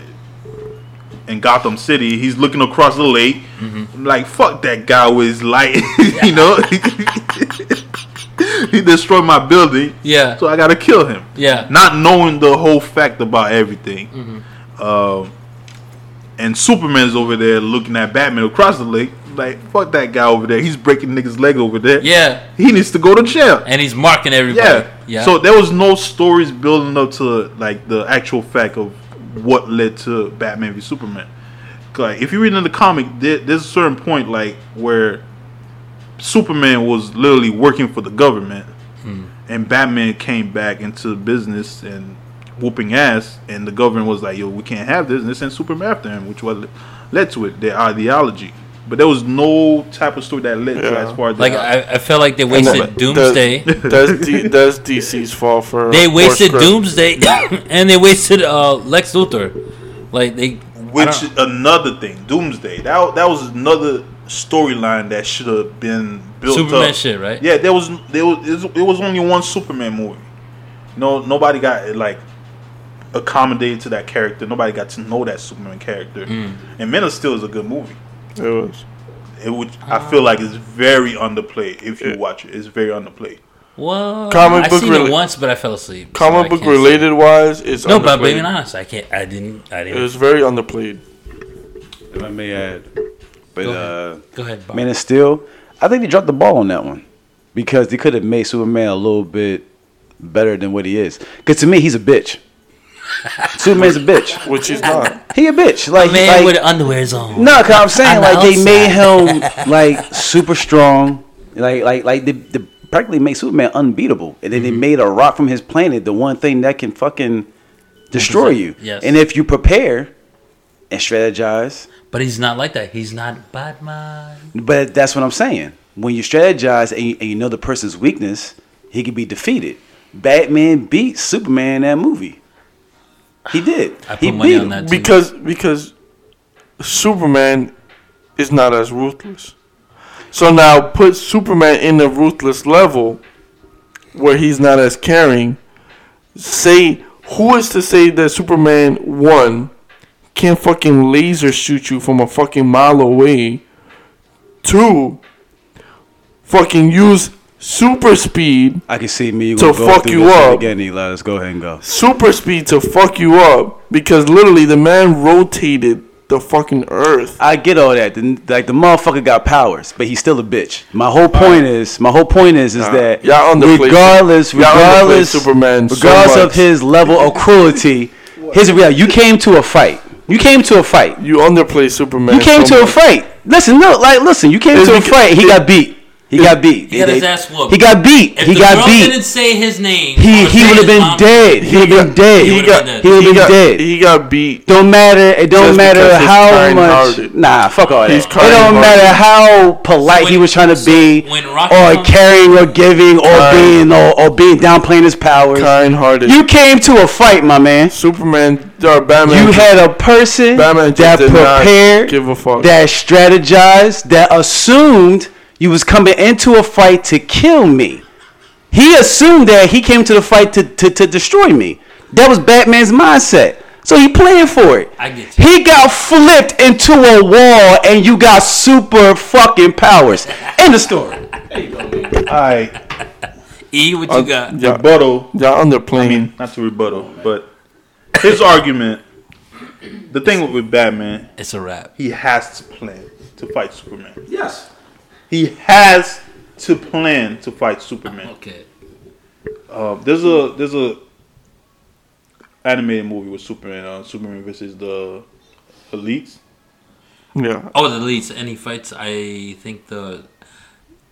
in Gotham City. He's looking across the lake. I'm like fuck that guy with his light. [laughs] you know, he destroyed my building.
Yeah.
So I gotta kill him.
Yeah.
Not knowing the whole fact about everything. Um, and Superman's over there looking at Batman across the lake. Like, fuck that guy over there. He's breaking niggas' leg over there.
Yeah,
He needs to go to jail.
and he's marking everybody.
Yeah.
Yeah.
So there was no stories building up to like the actual fact of what led to Batman v Superman. Like if you read in the comic, there, there's a certain point like where Superman was literally working for the government,
Hmm.
and Batman came back into business and whooping ass, and the government was like, "Yo, we can't have this," and they sent Superman after him, which was led to it their ideology. But there was no type of story that led to
Yeah.
as far as
like
the-
I, I felt like they
And
wasted
that-
Doomsday.
that- [laughs] That's, D- that's DC's fault for.
they
for
wasted
script.
Doomsday, [coughs] and they wasted uh, Lex Luthor. Like they,
Which another thing, Doomsday. That that was another storyline that should have been built
Superman
up.
shit, right?
Yeah, there was there was it was only one Superman movie. No, nobody got like accommodated to that character. Nobody got to know that Superman character.
Mm.
And Men of Steel is a good movie.
It was.
It would I feel like it's very underplayed if you watch it. It's very underplayed.
well,
Comic
I
book
seen it
rela-
once, but I fell asleep. so I
Comic book
can't say.
related wise, it's
No, but I'm
underplayed.
being honest, I can't. I didn't. I
It
didn't.
was very underplayed.
If I may add, but
Go
uh,
Go ahead, Bob.
Man of Steel, I think they dropped the ball on that one because they could have made Superman a little bit better than what he is. Because to me, he's a bitch. Superman's a bitch.
Which is not.
He a bitch. Like,
man
like
with the underwear's on.
no, cause I'm saying
On the
like they made him like super strong, like like like they, they practically made Superman unbeatable, and then they made a rock from his planet the one thing that can fucking destroy you.
Yes.
And if you prepare and strategize,
But he's not like that. He's not Batman.
But that's what I'm saying. When you strategize and you, and you know the person's weakness, he can be defeated. Batman beat Superman in that movie. He did.
I put
he
money
beat
on
him.
that. too.
Because because Superman is not as ruthless. So now put Superman in the ruthless level where he's not as caring. Say who is to say that Superman one can fucking laser shoot you from a fucking mile away? Two fucking use super speed
I can see me
To
going
fuck
through
you
this shit
up.
again. Eli, let's go ahead and go.
super speed to fuck you up because literally the man rotated the fucking earth.
I get all that. The, like the motherfucker got powers, but he's still a bitch. My whole point is, my whole point is, is that
Y'all underplayed-
regardless,
y'all underplayed
regardless,
Superman so
regardless of
much.
his level of
[laughs]
cruelty, here's the reality. You came to a fight. You came to a fight.
You underplay Superman.
You came
so
to a
much.
fight. Listen, no, like listen, you came
It's
to a
beca-
fight. He
it-
got beat. He got beat.
He got
They-
his ass whooped.
He got beat.
If
he
the
got
girl
beat.
didn't say his name,
He
or
he
say
would have
his
been
mom-
dead. He would have been dead.
He
He
would've been
would
dead.
have been
got,
dead.
He got beat.
Don't matter. It don't
Just
matter
because he's
how much.
kind-hearted.
Nah, fuck all that.
He's
It don't
kind-hearted.
matter how polite
So
he
when-
was trying to
so
be,
when Rocky
or
comes-
caring, or giving, or
Kind.
being, or, or being downplaying his powers.
Kind-hearted.
You came to a fight, my man.
Superman or Batman.
You had a person
Batman just
that
did not
prepared,
give a fuck.
that strategized, that assumed you was coming into a fight to kill me. He assumed that he came to the fight to, to, to destroy me. That was Batman's mindset. So he planned for it.
I get you.
He got flipped into a wall and you got super fucking powers. End
[laughs]
of story.
I
E, what
Uh,
you got?
y'all,
rebuttal.
y'all underplaying.
I mean, not to rebuttal, but his argument. The thing with Batman,
It's a wrap.
he has to plan to fight Superman.
Yes.
He has to plan to fight Superman.
Okay.
Uh, there's a there's a animated movie with Superman, uh, Superman versus the Elites.
Yeah.
Oh, the leads. Any fights? I think the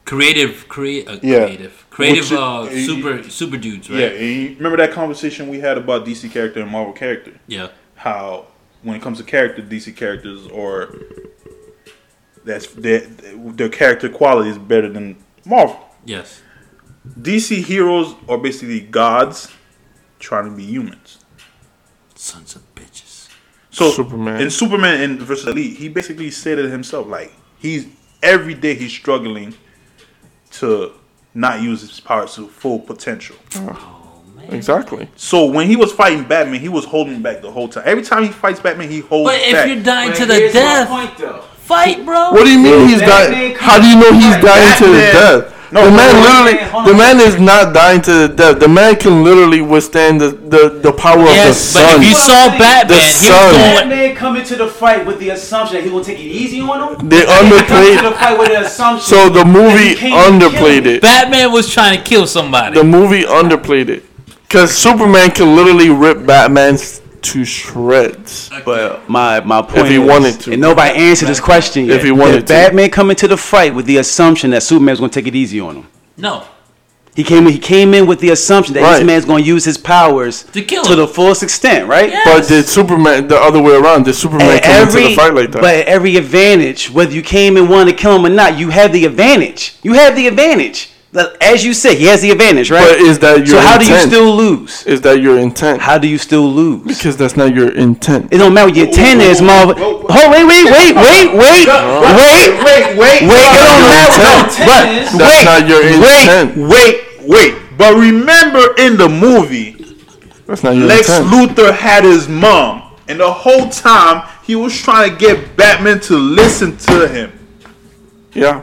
creative, create, uh,
Yeah.
creative, creative,
Which is-
uh,
eh,
super, super dudes,
Yeah,
right?
and you remember that conversation we had about DC character and Marvel character?
Yeah.
How when it comes to character, DC characters are that's their their character quality is better than Marvel.
Yes.
DC heroes are basically gods trying to be humans.
Sons of bitches.
So
Superman.
in Superman and versus Elite, he basically said it himself. Like he's every day he's struggling to not use his powers to full potential.
Exactly.
So when he was fighting Batman, he was holding back the whole time. Every time he fights Batman, he holds
But if
back.
you're dying
But
to the
here's my
death,
Point though.
fight, bro.
What do you mean he's
Batman
dying?
comes-
How do you know he's dying to the
Batman-
death?
No,
the man
Batman-
literally, the man is not dying to the death. The man can literally withstand the, the, the power of the
yes, but
sun.
if you saw
The
Batman, he
sun.
was going.
Batman come into the fight with the assumption that he will take it easy on him.
They
Come into the
underplayed.
fight with the assumption.
So the movie
He can't
underplayed
kill
it.
Batman was trying to kill somebody.
The movie underplayed it because Superman can literally rip Batman to shreds.
But my my point
he
is-
wanted to.
and nobody answered this question yet.
If he wanted
Did
to.
Batman come into the fight with the assumption that Superman's gonna take it easy on him.
No.
He came in, he came in with the assumption that
Right.
this man's gonna use his powers
To kill him.
the fullest extent, right?
Yeah.
But did Superman the other way around? Did Superman
At
come into the fight like that?
Eh, But at every advantage, whether you came and wanted to kill him or not, you have the advantage. You have the advantage. Like, As you said, he has the advantage, right?
But is that
so
your
how do you
intent?
still lose?
Is that your intent?
How do you still lose?
Because that's not your intent.
It don't matter what your intent is, mother. Oh, wait, wait, wait, wait, wait, wait, wait.
wait, wait,
It don't matter.
Your intent
But-
is-
That's
Wait,
not your intent.
wait, wait. But remember in the movie,
That's not your
Lex
intent.
Luthor had his mom, and the whole time he was trying to get Batman to listen to him.
yeah.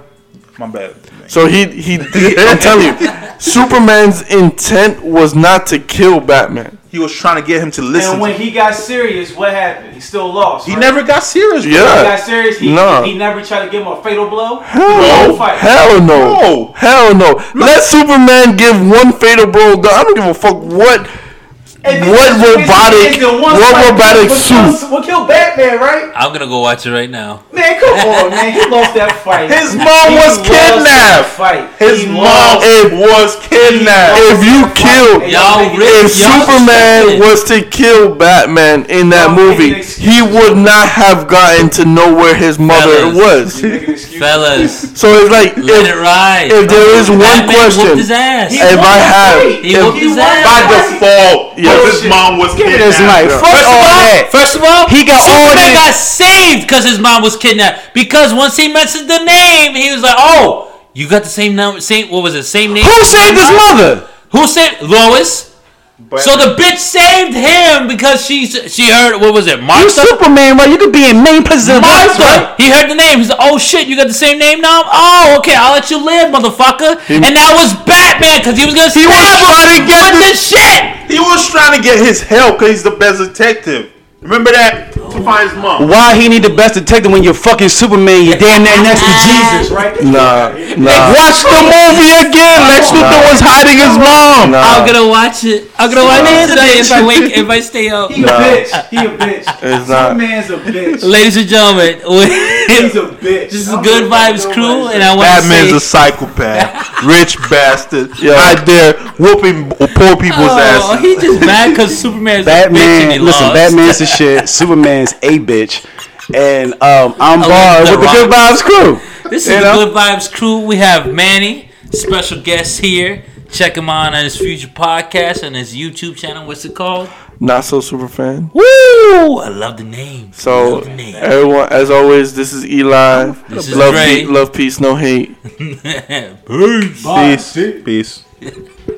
My bad. man.
So he he. I'm telling you, Superman's intent was not to kill Batman.
He was trying to get him to listen.
And
to
when
him.
he got serious, what happened? He still lost.
He
right?
never got serious. bro.
When he
Yeah.
got serious. He,
No.
he never tried to give him a fatal blow.
Hell
No
no.
fight.
Hell no.
No.
Hell no. Let Superman give one fatal blow. dog. I don't give a fuck what.
And
What
this is-
robotic-
this is the one
what
fight
robotic
will kill- Will kill Batman, right?
I'm gonna go watch it right now.
Man, come on, man. He lost that fight.
His mom
He
was
lost that
kidnapped.
Fight.
His
He
mom
lost.
was kidnapped.
If you kill,
Y'all really-
if
y'all
Superman
stupid.
was to kill Batman in that
Y'all
movie,
making excuses.
he would not have gotten to know where his mother
Fellas.
was.
You making excuses.
Fellas,
So it's like
let it
if,
ride.
if there is one
Batman whooped
question,
his ass.
He
if
won
I
the
have-
fight.
He
won
whooped his
the
ass.
By
fight.
default,
Yeah.
because his mom was
It's like,
kidnapped.
fuck all that.
First of all,
He got all
Superman
that-
got saved because his mom was kidnapped. Because once he mentioned the name, he was like, "Oh, you got the same name. Same what was it? Same name."
Who saved his mother?
Who saved Lois? so the bitch saved him because she she heard what was it?
You
Martha.
Superman, bro. You could be in main position.
Martha. He heard the name. He's like, "Oh shit, you got the same name now." Oh, okay, I'll let you live, motherfucker. and that was Batman because he was gonna stab
trying
him
to get
with
the-
the shit.
He was trying to get his help because he's the best detective. Remember that? To find his mom.
Why he need the best detective when you're fucking Superman? You're damn near next to Jesus.
Right?
uh,
nah, nah,
Watch the movie again. Lex Luthor was hiding his mom.
I'm
nah,
gonna watch it. I'm gonna watch it today if I wake if I stay up.
He a bitch. He a bitch.
It's not.
Superman's a bitch.
Ladies and gentlemen, [laughs]
He's a
this
bitch.
is
I'm
Good
gonna
Vibes
fuck
Crew,
nobody.
and I want to
Batman's
say, [laughs]
a psychopath, rich bastard,
Yeah.
out there whooping poor people's
oh,
asses.
he just mad because Superman's a bitch and he
Batman, listen,
lost. [laughs]
Batman's a shit. Superman's a bitch. And um, I'm
I
barred
love
with
The
the Good Vibes crew.
This
You
is
know?
the Good Vibes Crew. We have Manny, special guest here. Check him out on his future podcast and his YouTube channel. What's it called?
not so super fan.
Woo! I love the name. I
So
love the name.
everyone, as always, this is Eli.
This is
love,
Dre. [laughs]
pe- love, peace, no hate.
Peace.
Peace.